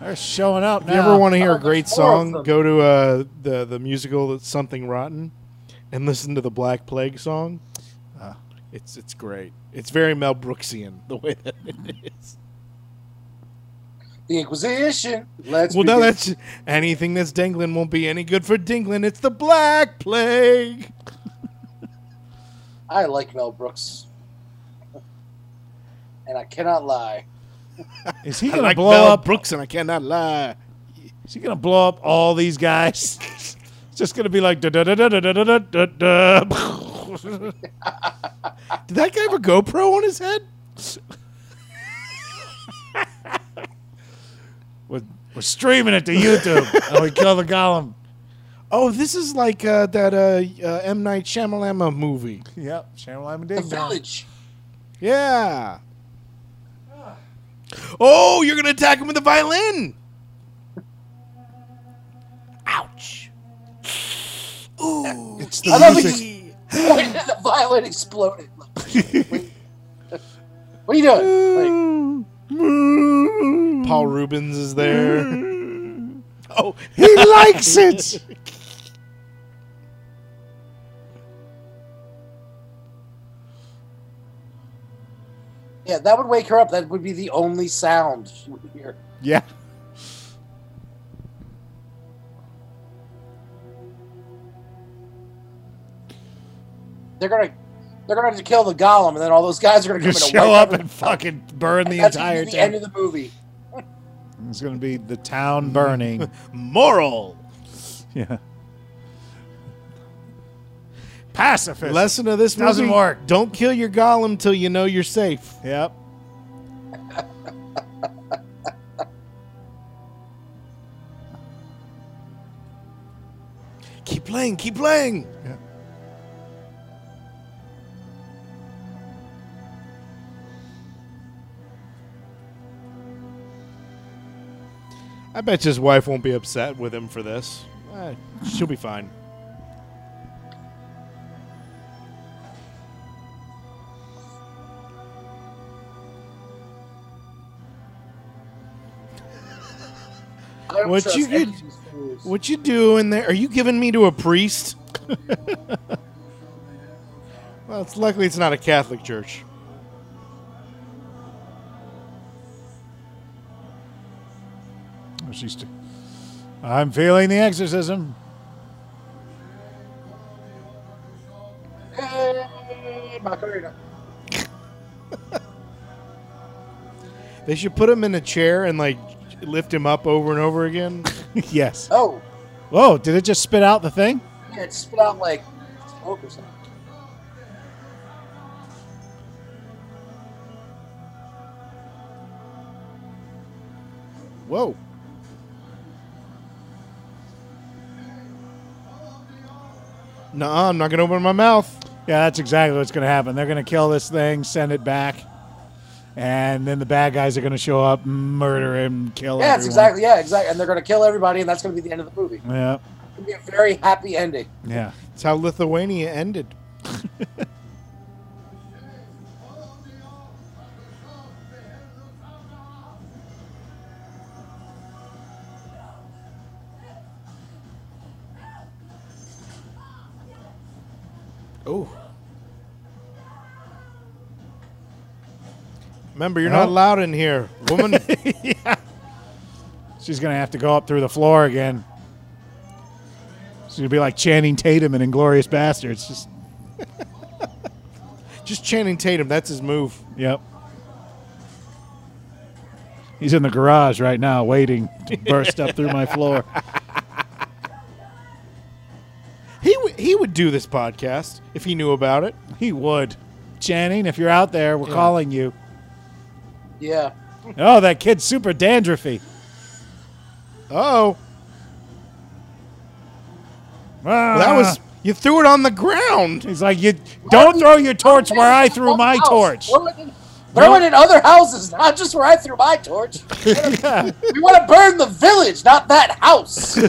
A: They're showing up
B: If you ever want to hear
C: Oh,
B: a great
C: four of
B: song,
C: them.
B: go to uh, the the musical that's something rotten, and listen to the Black Plague song.
A: Ah.
B: It's it's great. It's very Mel Brooksian the way that it is.
C: The Inquisition. Let's
B: Well, no,
C: begin.
B: that's anything that's Dinglin won't be any good for Dinglin. It's the Black Plague.
C: I like Mel Brooks, and I cannot lie.
A: Is he
B: I
A: gonna
B: like
A: blow
B: Mel
A: up?
B: Brooks, and I cannot lie.
A: Is he gonna blow up all these guys? it's just gonna be like da da da da da da da da da.
B: Did that guy have a GoPro on his head?
A: We're, we're streaming it to YouTube, and we kill the golem.
B: Oh, this is like uh, that uh, uh, M Night Shyamalama movie.
A: Yep, Sharon Lyman
C: The
A: Ding Dong.
C: Village.
B: Yeah. Oh, you're gonna attack him with a violin. Ouch. Ooh.
A: It's
C: I love
A: the
C: that
A: music.
C: he's pointing at the violin exploded. what are you doing? Like,
B: Paul Rubens is there. oh,
A: He likes it.
C: yeah, that would wake her up. That would be the only sound she would hear.
A: Yeah.
C: They're gonna, they're gonna have to kill the golem, and then all those guys are gonna come
A: Just
C: in and
A: show
C: wake
A: up
C: everyone
A: and fucking burn the
C: That's gonna
A: entire
C: be the end
A: town.
C: of the movie.
A: It's gonna be the town burning.
B: moral
A: yeah. Pacifist.
B: lesson of this
A: Doesn't
B: movie,
A: work.
B: Don't kill your golem till you know you're safe.
A: Yep.
B: Keep playing. Keep playing. I bet his wife won't be upset with him for this. Uh, she'll be fine.
C: I don't
B: What
C: trust
B: you
C: any
B: could-
C: of these fools.
B: What you doing there? Are you giving me to a priest? well, it's luckily it's not a Catholic church.
A: Oh, She's. T- I'm feeling the exorcism.
C: Hey, Macarena.
B: They should put him in a chair and like lift him up over and over again.
A: yes.
C: Oh,
A: Whoa! Did it just spit out the thing?
C: yeah, it spit out like smoke or something.
B: Whoa. No, I'm not going to open my mouth.
A: Yeah, that's exactly what's going to happen. They're going to kill this thing, send it back, and then the bad guys are going to show up, murder him, kill
C: Yeah, it's
A: everyone.
C: exactly. Yeah, exactly. And they're going to kill everybody, and that's going to be the end of the movie. It's
A: Yeah,
C: going to be a very happy ending.
A: yeah.
B: It's how Lithuania ended. Oh. Remember, you're not
A: Huh?
B: allowed in here, woman.
A: She's going to have to go up through the floor again. She's going to be like Channing Tatum in Inglorious Bastards. Just,
B: Just Channing Tatum. That's his move.
A: yep. He's in the garage right now, waiting to burst up through my floor.
B: He w- he would do this podcast if he knew about it.
A: He would. Channing, if you're out there, we're calling you.
C: Yeah.
A: Oh, that kid's super dandruffy.
B: Oh,
A: Ah.
B: that was you threw it on the ground.
A: He's like, you don't throw your torch where I threw my
C: House.
A: torch.
C: Throw it in- Throw it in other houses, not just where I threw my torch. We want to burn the village, not that house. we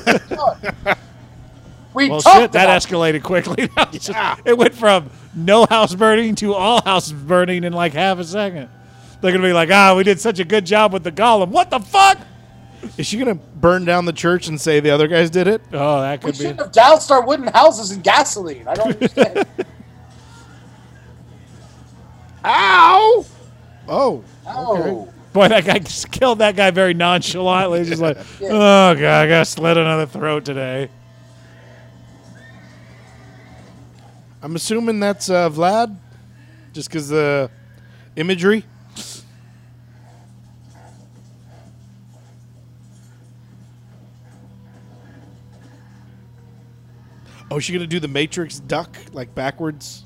A: Well,
C: talked
A: shit, that
C: about
A: escalated quickly. That was just- it went from no house burning to all houses burning in like half a second. They're gonna be like, ah, we did such a good job with the golem. What the fuck?
B: Is she gonna burn down the church and say the other guys did it?
A: Oh, that
C: We
A: could be.
C: shouldn't have doused our wooden houses in gasoline. I don't understand.
B: Ow! Oh,
C: oh,
A: Boy, that guy just killed that guy very nonchalantly. He's just like, oh god, I gotta slit another throat today.
B: I'm assuming that's uh, Vlad, just because the imagery. Oh, is she gonna do the Matrix duck like backwards?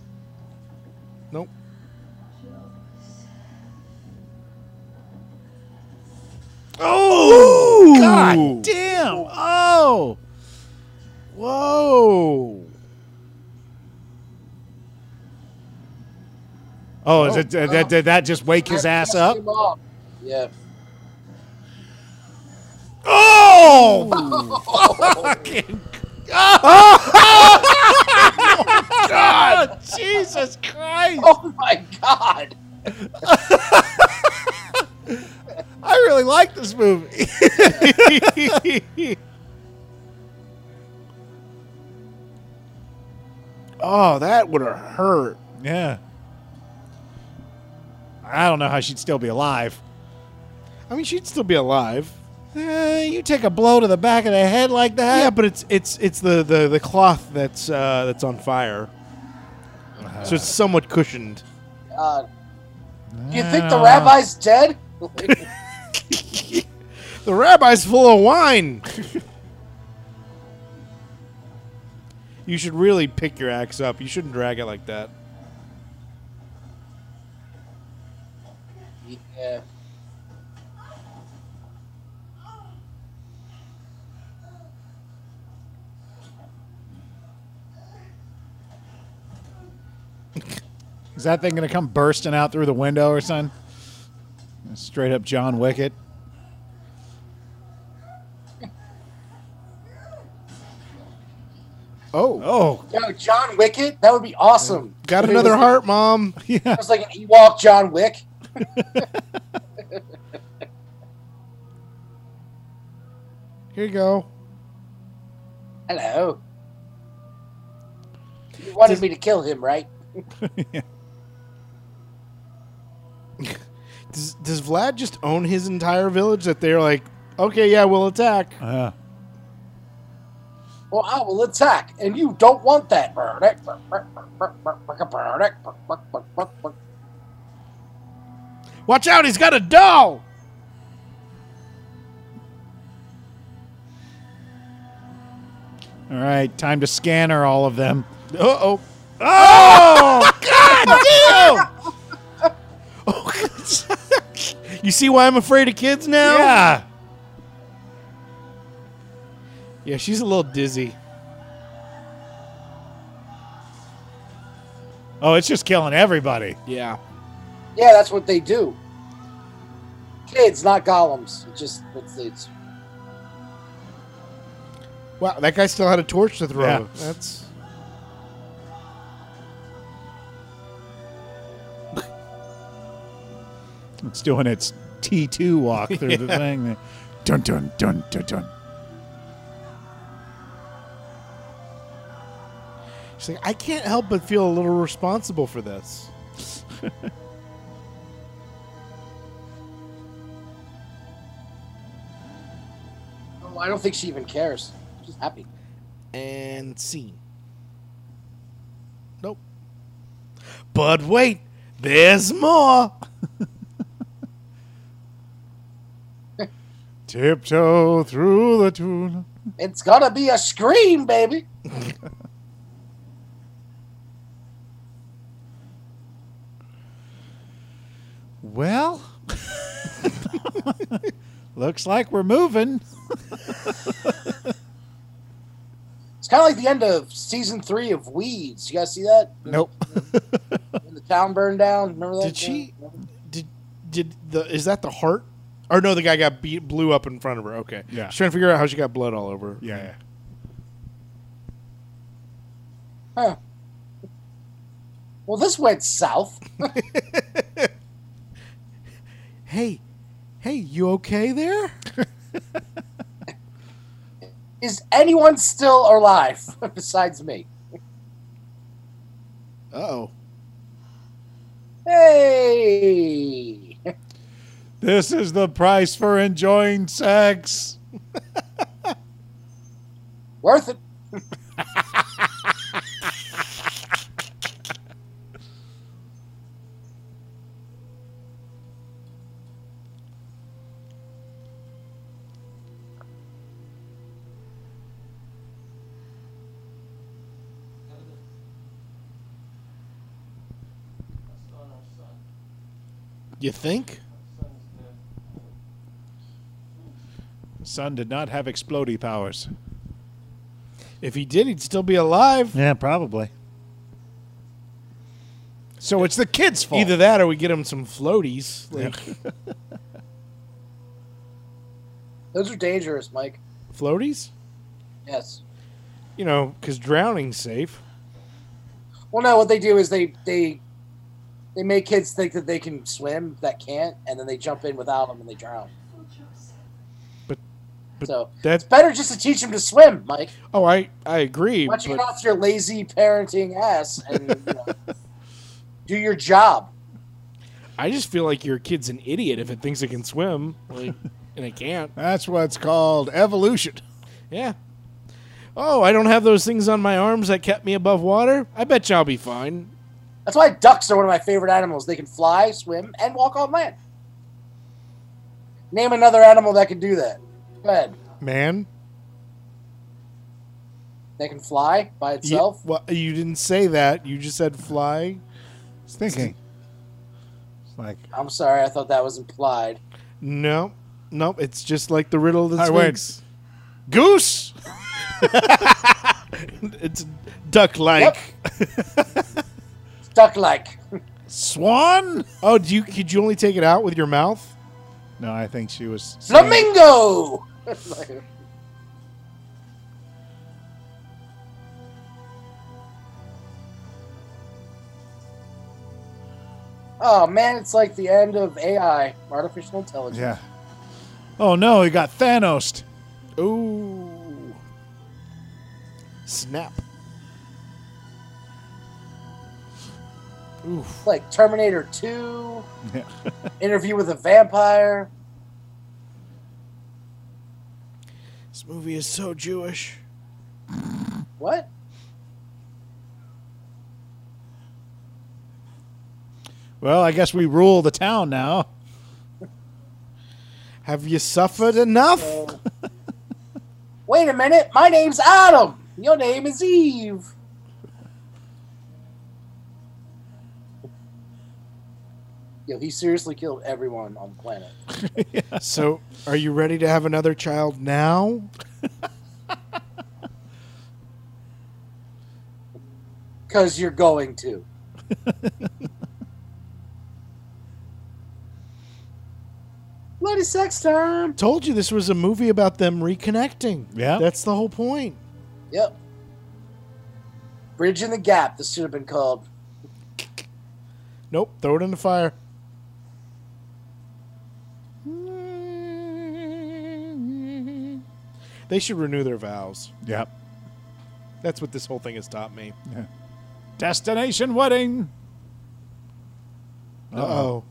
B: Nope. Oh
A: God damn! Oh,
B: Whoa!
A: oh, is it, did, did- did that just wake his ass up?
C: Came off. Yeah.
A: Oh, Oh, God, Jesus Christ!
C: Oh my god.
A: I really like this movie.
B: oh, that would have hurt.
A: Yeah. I don't know how she'd still be alive.
B: I mean, she'd still be alive.
A: Eh, you take a blow to the back of the head like that.
B: yeah, but it's it's it's the the, the cloth that's uh, that's on fire, so it's somewhat cushioned.
C: God. Do you think the rabbi's dead?
B: The rabbi's full of wine. you should really pick your axe up. You shouldn't drag it like that.
C: yeah.
A: Is that thing going to come bursting out through the window or something? Straight up John Wicket.
B: Oh,
A: Oh,
C: Yo, John Wicket? That would be awesome.
B: got
C: If it
B: another
C: was-
B: heart, mom.
C: It was like an Ewok John Wick.
B: Here you go.
C: Hello. You wanted me to kill him, right?
B: Does, does Vlad just own his entire village that they're like, okay, yeah, we'll attack?
A: uh,
C: Well, I will attack, and you don't want that.
B: Watch out, he's got a doll!
A: all right. Time to scanner all of them.
B: Uh oh.
A: Oh,
B: Oh! you see why I'm afraid of kids now?
A: yeah.
B: Yeah, she's a little dizzy.
A: Oh, it's just killing everybody.
B: Yeah.
C: Yeah, that's what they do. Kids, not golems. It's just it's, it's
B: Wow, that guy still had a torch to throw.
A: Yeah.
B: That's
A: It's doing its T2 walk through the thing. there. Dun, dun, dun, dun, dun.
B: she's like, I can't help but feel a little responsible for this.
C: oh, I don't think she even cares. She's happy.
B: And scene. Nope. But wait, there's more.
A: Tiptoe through the tune.
C: It's gonna be a scream, baby.
A: Well, looks like we're moving.
C: It's kind of like the end of season three of Weeds. You guys see that?
A: Nope.
C: When the town burned down. Remember that?
B: Did she? Did did the? Is that the heart? Or no, the guy got beat, blew up in front of her. Okay.
A: Yeah.
B: She's trying to figure out how she got blood all over.
A: Yeah, yeah.
C: Huh. Well, this went south.
B: Hey, hey, you okay there?
C: Is anyone still alive besides me?
B: Uh oh.
C: Hey.
A: This is the price for enjoying sex.
C: Worth it.
E: That's not our son.
B: You think?
E: Our son is dead.
A: Son did not have explodey powers.
B: If he did, he'd still be alive.
A: Yeah, probably. So it's the kid's fault.
B: Either that, or we get him some floaties. Like
C: Those are dangerous, Mike.
B: floaties.
C: Yes.
B: You know, because drowning's safe.
C: Well, no. What they do is they they they make kids think that they can swim that can't, and then they jump in without them and they drown.
F: Oh, Joseph.
B: But-
C: so
B: That's
C: it's better just to teach them to swim, Mike.
B: oh, I I agree.
C: Why don't you
B: but-
C: get off your lazy parenting ass and you know, do your job?
B: I just feel like your kid's an idiot if it thinks it can swim, like, and it can't.
A: That's what's called evolution.
B: Yeah. Oh, I don't have those things on my arms that kept me above water. I bet you I'll be fine.
C: That's why ducks are one of my favorite animals. They can fly, swim, and walk on land. Name another animal that can do that. Go ahead.
B: Man,
C: That can fly by
B: you,
C: itself.
B: well, you didn't say that. You just said fly.
A: I was thinking. It's like,
C: I'm sorry, I thought that was implied.
B: No, no, it's just like the riddle of the
A: I went-
B: Sphinx.
A: goose!
B: It's duck-like.
C: Yep. Duck like.
A: Swan?
B: Oh, do you could you only take it out with your mouth?
A: No, I think she was. saying-
C: Flamingo! oh man, it's like the end of AI, artificial intelligence.
A: Yeah. Oh no, he got Thanos.
B: Ooh. Snap. Oof.
C: Like Terminator 2,
A: Yeah.
C: Interview with a Vampire.
B: This movie is so Jewish.
C: What?
A: Well, I guess we rule the town now.
B: Have you suffered enough?
C: Uh, Wait a minute, my name's Adam. Your name is Eve. Yo, he seriously killed everyone on the planet.
B: So, are you ready to have another child now?
C: Because you're going to. Bloody sex time.
B: Told you this was a movie about them reconnecting.
A: Yeah.
B: That's the whole point.
C: Yep. Bridge in the gap. This should have been called.
B: Nope. Throw it in the fire. They should renew their vows.
A: Yep.
B: That's what this whole thing has taught me.
A: Destination wedding.
B: Uh oh.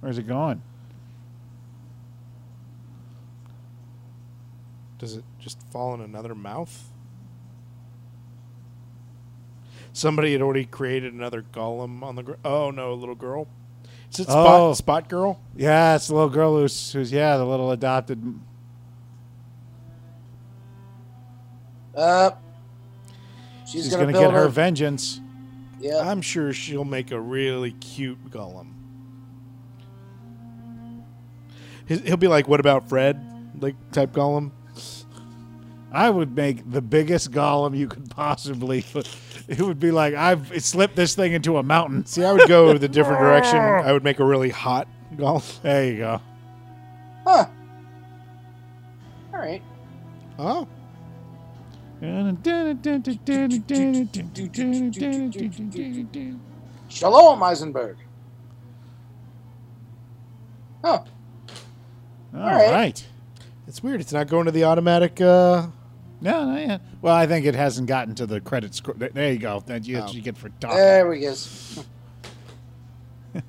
A: Where's it going?
B: Does it just fall in another mouth? Somebody had already created another golem on the. Gr- oh no, a little girl. Is it Spot,
A: Oh.
B: Spot Girl?
A: Yeah, it's the little girl who's, who's yeah, the little adopted.
C: Uh, she's,
A: She's
C: gonna,
A: going to
C: build
A: get her vengeance.
C: yeah.
B: I'm sure she'll make a really cute golem. His- He'll be like, "What about Fred?" Like type golem.
A: I would make the biggest golem you could possibly. It would be like I've slipped this thing into a mountain.
B: See, I would go the different direction. I would make a really hot golem.
A: There you go.
C: Huh. All right.
B: Oh,
C: Shalom, Eisenberg. Huh.
A: All
C: All right.
A: right.
B: it's weird. It's not going to the automatic. Uh,
A: No, no, yeah. Well, I think it hasn't gotten to the credit score. There- There you go. That you,
B: Oh.
A: you get for talking.
C: There we go.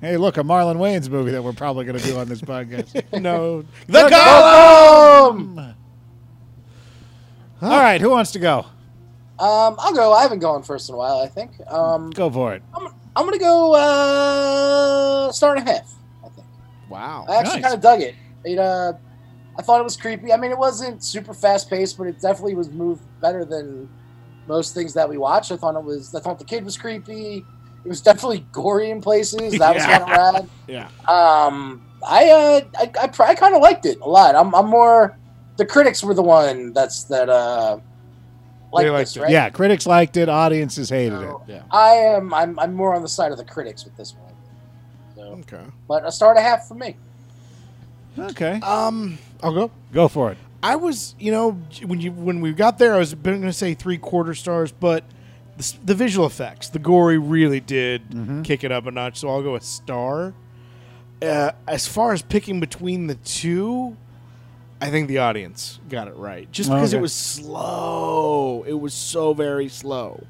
A: hey, look, a Marlon Wayans movie that we're probably going to do on this podcast.
B: no,
A: the
C: Golem!
A: All right, who wants to go?
C: Um, I'll go. I haven't gone first in a while, I think. Um,
A: Go for it.
C: I'm, I'm going to go uh, star and a half, I think.
B: wow.
C: I actually
A: Nice.
C: kind of dug it. It, uh, I thought it was creepy. I mean, it wasn't super fast paced, but it definitely was moved better than most things that we watch. I thought it was. I thought the kid was creepy. It was definitely gory in places. That was
A: Yeah.
C: kind of rad.
A: Yeah.
C: Um, I, uh, I, I, pr- I kind of liked it a lot. I'm, I'm more. The critics were the one that's that. Uh, like
B: They liked
C: this,
B: it.
C: right?
A: Yeah, critics liked it, audiences hated it.
C: So
B: Yeah.
C: I am. I'm, I'm more on the side of the critics with this one. So,
B: Okay.
C: but a star and a half for me.
A: Okay.
B: Um, I'll go.
A: Go for it.
B: I was, you know, when you when we got there, I was going to say three quarter stars, but the, s- the visual effects, the gory, really did kick it up a notch. So I'll go a star. Uh, as far as picking between the two, I think the audience got it right, just because it
A: Okay.
B: was slow. It was so very slow.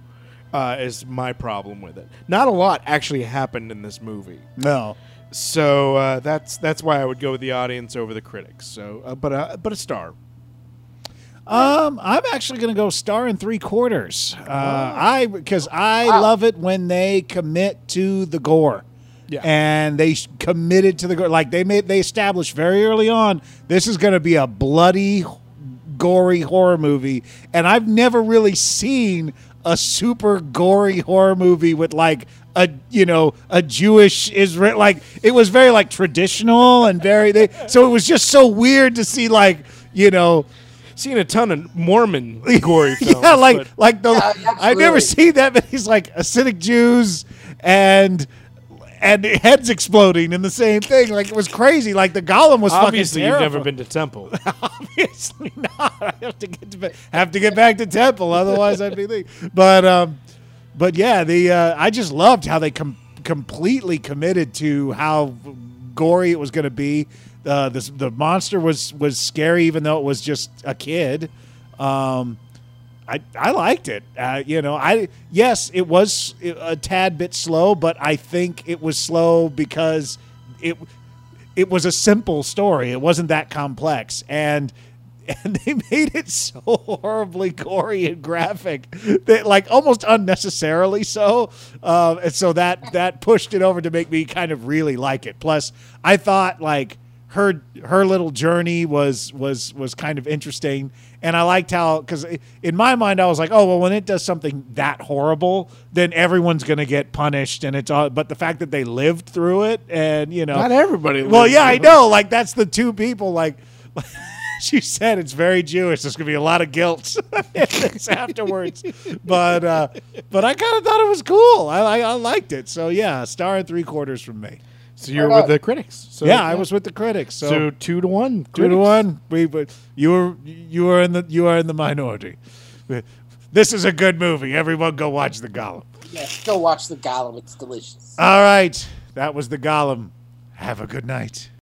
B: Uh, is my problem with it. Not a lot actually happened in this movie.
A: No.
B: So uh, that's that's why I would go with the audience over the critics. So, uh, but uh, but a star.
A: Um, I'm actually going to go star and three quarters. Uh, I because I love it when they commit to the gore.
B: Yeah.
A: And they sh- committed to the gore. Like they made they established very early on this is going to be a bloody, gory horror movie, and I've never really seen a super gory horror movie with like a you know a Jewish Israel like it was very like traditional and very they so it was just so weird to see like you know
B: seen a ton of Mormon gory films.
A: yeah, like
B: but-
A: like the
C: Yeah,
A: I've never
C: absolutely.
A: seen that. But he's like acidic Jews and and heads exploding in the same thing. Like it was crazy. Like the golem was
B: obviously
A: fucking
B: you've
A: terrible.
B: never been to temple.
A: obviously not. I have to get to ba- have to get back to temple. Otherwise, I'd be late. But um, but yeah, the uh, I just loved how they com- completely committed to how gory it was going to be. Uh, this the monster was was scary, even though it was just a kid. Um, I, I liked it. Uh, you know, I yes, it was a tad bit slow, but I think it was slow because it it was a simple story. It wasn't that complex, and and they made it so horribly gory and graphic that like almost unnecessarily so. Uh, and so that that pushed it over to make me kind of really like it. Plus, I thought like her her little journey was was was kind of interesting and i liked how because in my mind i was like oh well when it does something that horrible then everyone's going to get punished and it's all but the fact that they lived through it and you know
B: Not everybody
A: well
B: lived
A: yeah i
B: through it.
A: know like that's the two people like she said it's very Jewish. There's gonna be a lot of guilt afterwards, but uh, but I kind of thought it was cool. I, I I liked it. So yeah, a star and three quarters from me.
B: So you're
C: Why not?
B: with the critics. So,
A: yeah, I was with the critics. So,
B: So, two to
A: two
B: one.
A: to
B: critics.
A: one. We but you were you were in the you are in the minority. This is a good movie. Everyone go watch the Gollum.
C: Yeah, go watch the Gollum. It's delicious.
A: All right, that was the Gollum. Have a good night.